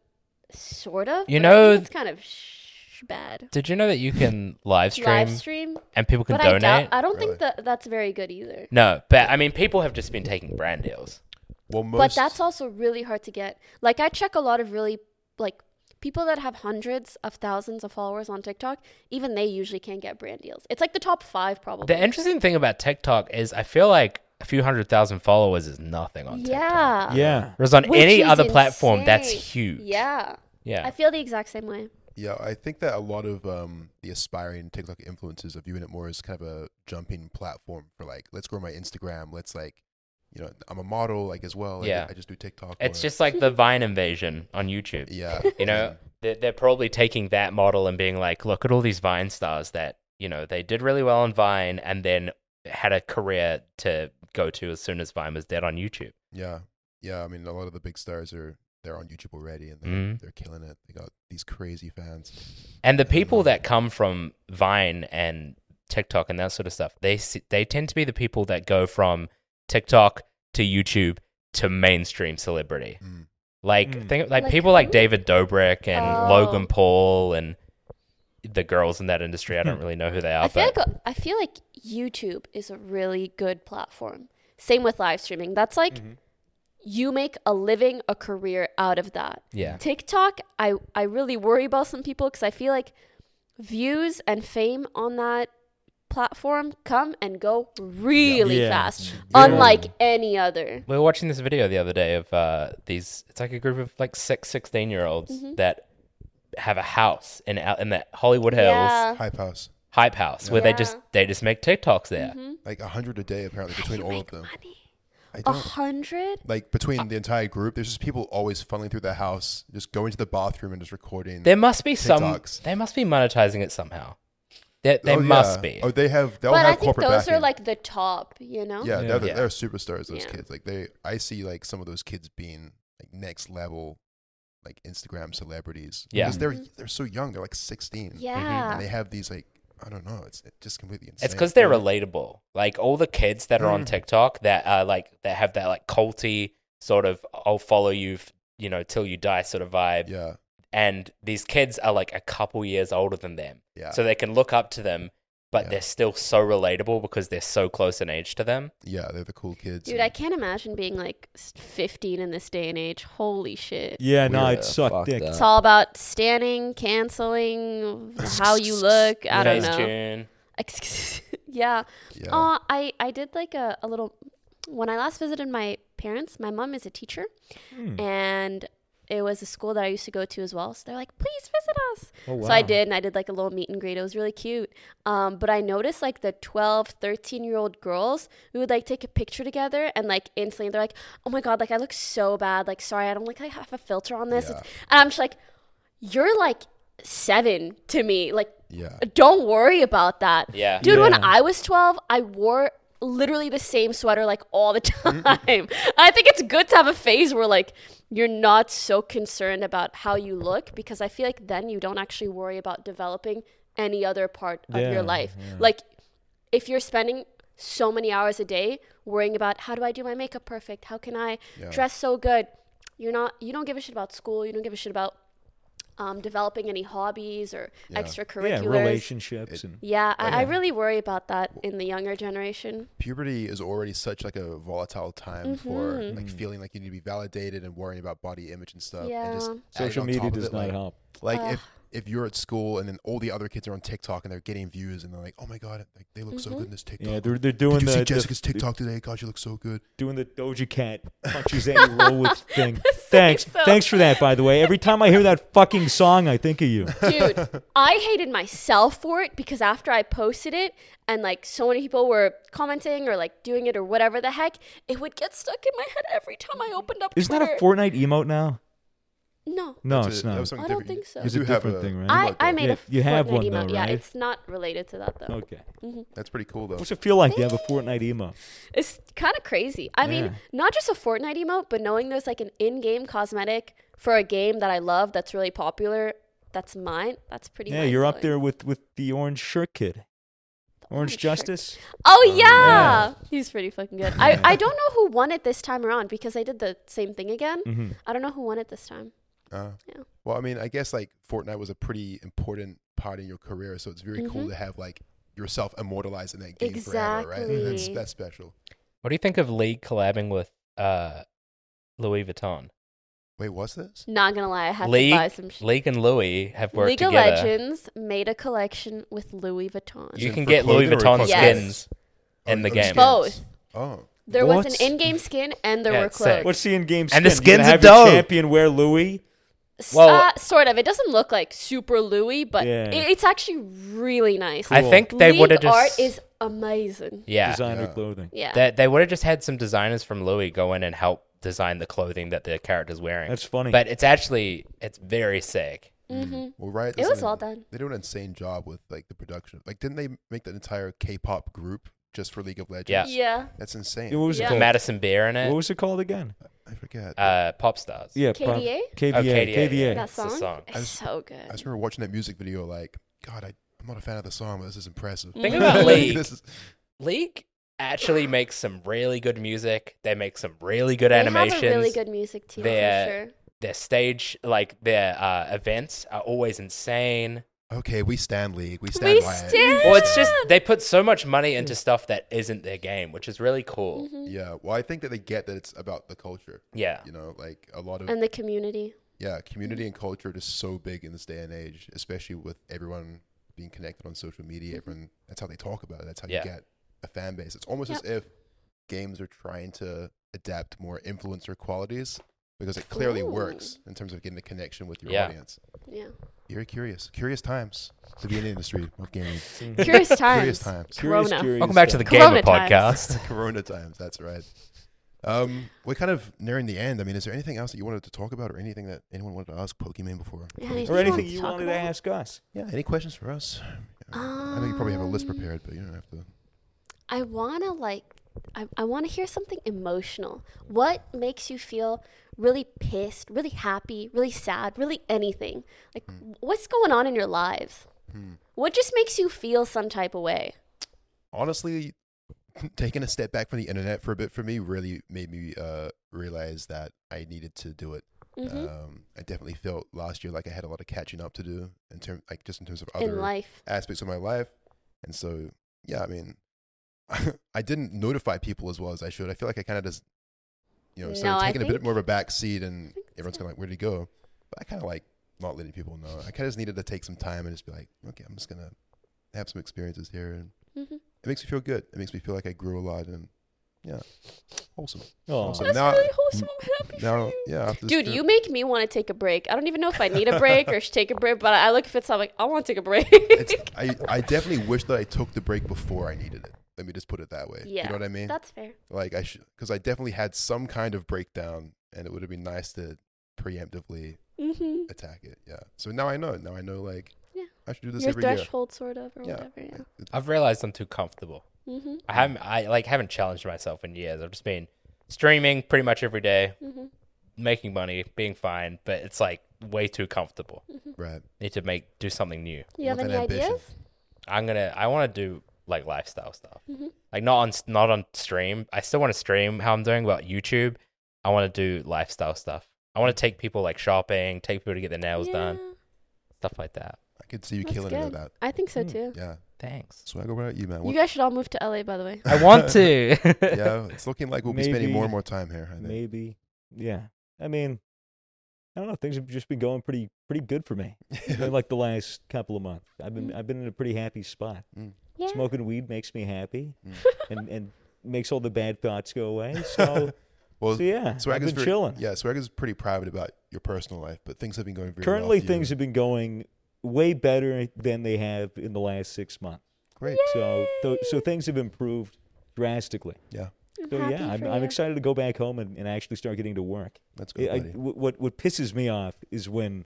sort of. You but I know- think it's kind of sh- bad. Did you know that you can live stream, Live stream, and people can but I donate? doubt. I don't Really? think that that's very good either. no, but I mean, people have just been taking brand deals. Well, most, But that's also really hard to get. Like I check a lot of really like people that have hundreds of thousands of followers on TikTok. Even they usually can't get brand deals. It's like the top five probably. The interesting thing about TikTok is I feel like a few hundred thousand followers is nothing on TikTok. yeah. Yeah. Whereas on Which any is other platform, that's insane. huge. Yeah. Yeah. I feel the exact same way. yeah, I think that a lot of um, the aspiring TikTok influencers are viewing it more as kind of a jumping platform for like, let's grow my Instagram, let's like, you know, I'm a model like as well. like, Yeah. I just do TikTok. It's or- just like the Vine invasion on YouTube. yeah, You know, they're, they're probably taking that model and being like, look at all these Vine stars that, you know, they did really well on Vine and then had a career to go to as soon as Vine was dead on YouTube. Yeah, yeah. I mean, a lot of the big stars are they're on YouTube already, and they're, Mhm. they're killing it. They got these crazy fans. And the people that come from Vine and TikTok and that sort of stuff, they s- they tend to be the people that go from TikTok to YouTube to mainstream celebrity. Mm. Like Mm. think, like, Like people like who? David Dobrik and Oh. Logan Paul and the girls in that industry. I Hmm. don't really know who they are, I feel but like I feel like YouTube is a really good platform. Same with live streaming. That's like Mm-hmm. you make a living, a career out of that. yeah, TikTok, I I really worry about some people because I feel like views and fame on that platform come and go really Yeah. fast, Yeah. unlike any other. we were watching this video the other day of uh, these. It's like a group of like six 16 year olds Mm-hmm. that have a house in out in the Hollywood Hills Yeah. Hype house, hype house where they Yeah. Mm-hmm. just they just make TikToks there. like a hundred a day Oh apparently between all of them. I A don't hundred. like between the entire group. There's just people always funneling through their house, just going to the bathroom and just recording. There must be TikToks. some. They must be monetizing it somehow. They, they Oh, must yeah. be. Oh, they have. They'll But have I think corporate those are backing. like the top, you know. yeah, They're, the, Yeah. they're superstars. Those Yeah. kids, like they, I see like some of those kids being like next level, like Instagram celebrities. Yeah. because they're they're so young. They're like 16. Mm-hmm. Yeah. Mm-hmm. and they have these like I don't know. It's it's just completely insane. it's because they're relatable. Like all the kids that are on TikTok that are like that have that like culty sort of "I'll follow you, f- you know, till you die" sort of vibe. yeah. And these kids are like a couple years older than them, Yeah. so they can look up to them, but Yeah. they're still so relatable because they're so close in age to them. Yeah, they're the cool kids. Dude, I can't imagine being like s- 15 in this day and age. Holy shit. Yeah, no, Yeah, it sucked fuck dick. that. It's all about standing, canceling, how you look. I don't know. Facetune. yeah. yeah. Uh, I, I did like a, a little. When I last visited my parents, my mom is a teacher, and it was a school that I used to go to as well. So they're like, please visit us. So I did, and I did like a little meet and greet. It was really cute. Um, but I noticed like the 12, 13 year old girls, we would like take a picture together, and like instantly they're like, oh my God, like I look so bad. Like, sorry, I don't like I have a filter on this. Yeah. It's, and I'm just like, you're like seven to me. Like, yeah. don't worry about that. Yeah. Dude, when Yeah. I was 12, I wore literally the same sweater like all the time. I think it's good to have a phase where like you're not so concerned about how you look because I feel like then you don't actually worry about developing any other part of Yeah, your life. Like if you're spending so many hours a day worrying about how do I do my makeup perfect? How can I Yeah. dress so good? You're not you don't give a shit about school, you don't give a shit about um, developing any hobbies or Yeah. Yeah, extracurriculars. relationships and Yeah, I, I Yeah. really worry about that in the younger generation. Puberty is already such like a volatile time for Mm-hmm. Mm. like feeling like you need to be validated and worrying about body image and stuff. And just Yeah. adding social on media top of does it, not like, help. Like if if you're at school and then all the other kids are on TikTok and they're getting views and they're like, oh my god, like they look so Mhm. good in this TikTok. Yeah, Or, they're they're Did doing you the, see the- Jessica's TikTok today? God, you look so good. doing the Doja Cat punches any roll with thing. That's Thanks, so- thanks for that. By the way, every time I hear that fucking song, I think of you. Dude, I hated myself for it because after I posted it and like so many people were commenting or like doing it or whatever the heck, it would get stuck in my head every time I opened up Isn't that Twitter. a Fortnite emote now? no. No, That's a- it's that was not. something I don't different. think so. You It's do a have different thing, right? I, I made Yeah, a you have Fortnite one emote. though, Yeah, right? it's not related to that though. Mm-hmm. Okay. That's pretty cool though. What's it feel like to have a Fortnite emote? It's kind of crazy. I Yeah. mean, not just a Fortnite emote, but knowing there's like an in-game cosmetic for a game that I love that's really popular, that's mine. That's pretty. Yeah, you're up mind-blowing. there with with the orange shirt kid, orange orange shirt justice. Oh yeah. yeah. he's pretty fucking good. I, I don't know who won it this time around because I did the same thing again. Mm-hmm. I don't know who won it this time. Uh, Yeah. Well, I mean, I guess like Fortnite was a pretty important part in your career, so it's very cool Mhm. to have like yourself immortalized in that game forever, right? And That's Exactly. that's special. What do you think of League collabing with uh, Louis Vuitton? Wait, what's this? Not gonna lie, I had League, to buy some shit. League and Louis have worked League together. of Legends made a collection with Louis Vuitton. You it can for get Louis clothing or Vuitton cosmetics? skins Oh, in the oh, game. skins. Both. Oh, There was What? an in-game skin and there Yeah, were it's sick. clothes. What's the in-game skin? And the You're gonna skins are have your dope. champion wear Louis. S- Well- uh, sort of. It doesn't look like super Louis, but Yeah. it, it's actually really nice. I think they League would have just art is amazing. yeah. designer Yeah. clothing. Yeah, They, they would have just had some designers from Louis go in and help design the clothing that the character's wearing. That's funny. But it's actually it's very sick. well, right. Mm-hmm. it was well done. They do an insane job with like the production. Like, didn't they make that entire K-pop group just for League of Legends? Yeah. Yeah, That's Yeah, insane. what was Yeah. it called? Madison Beer in What it. was it called again? I forget. Uh, pop stars. Yeah, prob- KDA. KVA, Oh, KVA. KDA, yeah. That It's the song, song. is was- so good. I just remember watching that music video. Like, God, I, I'm not a fan of the song, but this is impressive. Mm-hmm. Think about League. this is, League actually makes some really good music. They make some really good They animations. have a really good music team They're- for sure. their stage, like their uh, events, are always insane. okay, we stand League. We stand. We by it. stand. Well, it's just they put so much money into stuff that isn't their game, which is really cool. Mm-hmm. Yeah. Well, I think that they get that it's about the culture. Yeah. You know, like a lot of and the community. yeah, community and culture are just so big in this day and age, especially with everyone being connected on social media. Mm-hmm. Everyone that's how they talk about it. That's how Yeah. you get a fan base. It's almost as if games are trying to adapt more influencer qualities because it clearly Ooh. works in terms of getting the connection with your Yeah. audience. Yeah, You're curious, curious times to be in the industry of gaming. curious times. Curious times. Mm-hmm. Curious, Corona. curious Welcome back to the stuff. Gamer Corona times. Podcast. Corona times. That's right. Um, we're kind of nearing the end. I mean, is there anything else that you wanted to talk about, or anything that anyone wanted to ask Pokemon before? Yeah, Please. anything Or you anything wanted to you talk wanted to about? ask us? Yeah. Any questions for us? I know you probably have a list prepared, but you don't have to. I wanna like, I, I wanna hear something emotional. What makes you feel really pissed, really happy, really sad, really anything? Like, Hmm. what's going on in your lives? What just makes you feel some type of way? Honestly, taking a step back from the internet for a bit for me really made me uh, realize that I needed to do it. Mhm. Um, I definitely felt last year like I had a lot of catching up to do in terms, like just in terms of in other life. aspects of my life. And so, yeah, I mean, I didn't notify people as well as I should. I feel like I kind of just, you know, No, started I taking a bit think- more of a back seat and think it's everyone's good. kind of like, where'd he go? But I kind of like not letting people know. I kind of just needed to take some time and just be like, okay, I'm just going to have some experiences here. And Mhm. it makes me feel good. It makes me feel like I grew a lot and, yeah, wholesome. Oh, Awesome. That's now- really wholesome. I'm happy Now, for you. yeah. after this Dude, trip- you make me want to take a break. I don't even know if I need a break or should take a break, but I look if it's I'm like I want to take a break. It's, I, I definitely wish that I took the break before I needed it. Let me just put it that way. yeah, You know what I mean? That's fair. like I should because I definitely had some kind of breakdown, and it would have been nice to preemptively hmm attack it. Yeah. So now I know. Now I know. Like, Yeah. I should do this Your every threshold, sort of, or Yeah. whatever. Yeah. year. It- I've realized I'm too comfortable. Mm-hmm. I haven't, I like haven't challenged myself in years. I've just been streaming pretty much every day, Mhm. making money, being fine, but it's like way too comfortable. Right. Need to make do something new. You have Want any that ambition. ideas? I'm gonna. I want to do like lifestyle stuff. Mm-hmm. Like not on not on stream. I still want to stream how I'm doing about YouTube. I want to do lifestyle stuff. I want to take people like shopping, take people to get their nails done, Yeah, stuff like that. I could see you that's killing it good. with that. I think Hmm. so too. Yeah. Thanks. Swagger, what about you, man? What- You guys should all move to LA, by the way. I want to. yeah. It's looking like we'll be spending more Maybe- and more time here. I think. maybe. Yeah. I mean, I don't know. Things have just been going pretty pretty good for me. in, like the last couple of months, I've been I've been in a pretty happy spot. Mm. Yeah. Smoking weed makes me happy, and and makes all the bad thoughts go away. So Well, So, yeah, I've Swagger's been very- chilling. Yeah, Swagger's pretty private about your personal life, but things have been going very well currently, for you. things have been going way better than they have in the last six months. great. So th- so things have improved drastically. Yeah, I'm So happy yeah, I'm, for I'm you. excited to go back home and, and actually start getting to work. that's I- good. I- buddy. wh- what what pisses me off is when,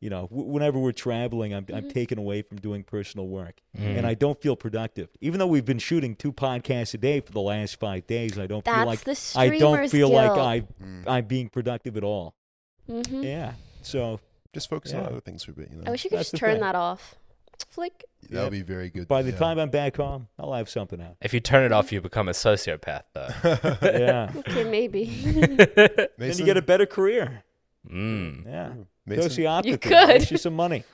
you know, w- whenever we're traveling, I'm Mm-hmm. I'm taken away from doing personal work, Mm. Mm-hmm. and I don't feel productive. Even though we've been shooting two podcasts a day for the last five days, I don't feel That's like the I don't streamer's feel like guilt. I Mm. I'm being productive at all. Mhm. Yeah. So just focus on yeah. other things for a bit. You know, I wish you could That's just the turn thing. that off. Flick. that would be very good. by the yeah. time I'm back home, I'll have something out. If you turn it off, you become a sociopath, though. Yeah. Okay, maybe. then Mason, you get a better career. Mm. Yeah. Mason, Sociopathy. You Makes could. you some money.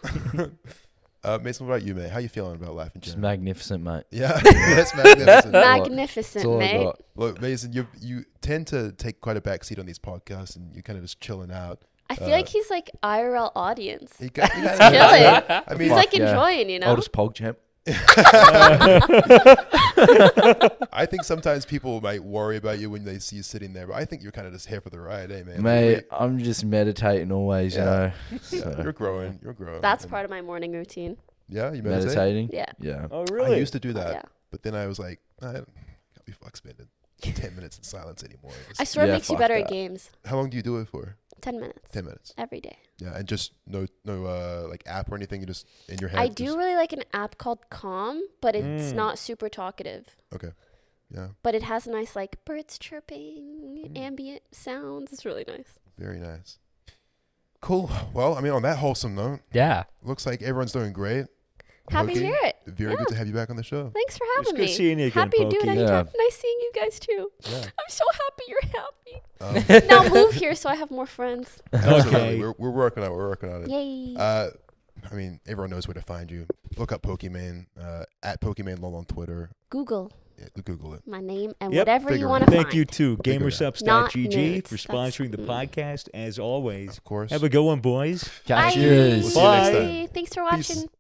uh, Mason, what about you, mate? How you feeling about life in Just general? magnificent, mate. yeah, that's Mag- magnificent. That's Magnificent, all I mate. got. Look, Mason, you you tend to take quite a backseat on these podcasts, and you're kind of just chilling out. I feel Uh, like he's like IRL audience. You got- you He's got- chilling. I mean, He's like Fuck yeah. enjoying, you know. Oldest pog champ. I think sometimes people might worry about you when they see you sitting there, but I think you're kind of just here for the ride, eh, man? Mate, I'm just meditating always, Yeah. you know. yeah, So, you're growing. You're growing. That's and- part of my morning routine. Yeah, you meditate. meditating. Yeah. Yeah. Oh I really? used to do that, yeah. but then I was like, I can't be fuck spending ten minutes in silence anymore. It's- I swear it Yeah, makes you fuck better at that. games. how long do you do it for? Ten minutes. Ten minutes. Every day. Yeah, and just no, no, uh, like app or anything. You just in your head. I just- do really like an app called Calm, but it's Mm. not super talkative. Okay. Yeah, But it has nice like birds chirping, ambient sounds. It's really nice. very nice. Cool. Well, I mean, on that wholesome note, Yeah. looks like everyone's doing great. Happy to Pokey, hear it. Very good to have you back on the show. Thanks for It's having good me. seeing you again, happy to do it Pokey. anytime. Yeah. Nice seeing you guys too. Yeah. I'm so happy you're happy. Um, now move here so I have more friends. absolutely. Okay. We're, we're working on it. We're working on it. Yay. Uh, I mean, everyone knows where to find you. Look up Pokemon uh, at Pokemon Lol on Twitter. Google Yeah, Google it. my name and Yep. whatever Figure you it want out. to Thank you to Figure it out. Not GamerSubs.gg for nerds, that's- sponsoring the mm. podcast as always. Of course. Have a good one, boys. Catch Bye. yous. We'll see you next time. Thanks for watching.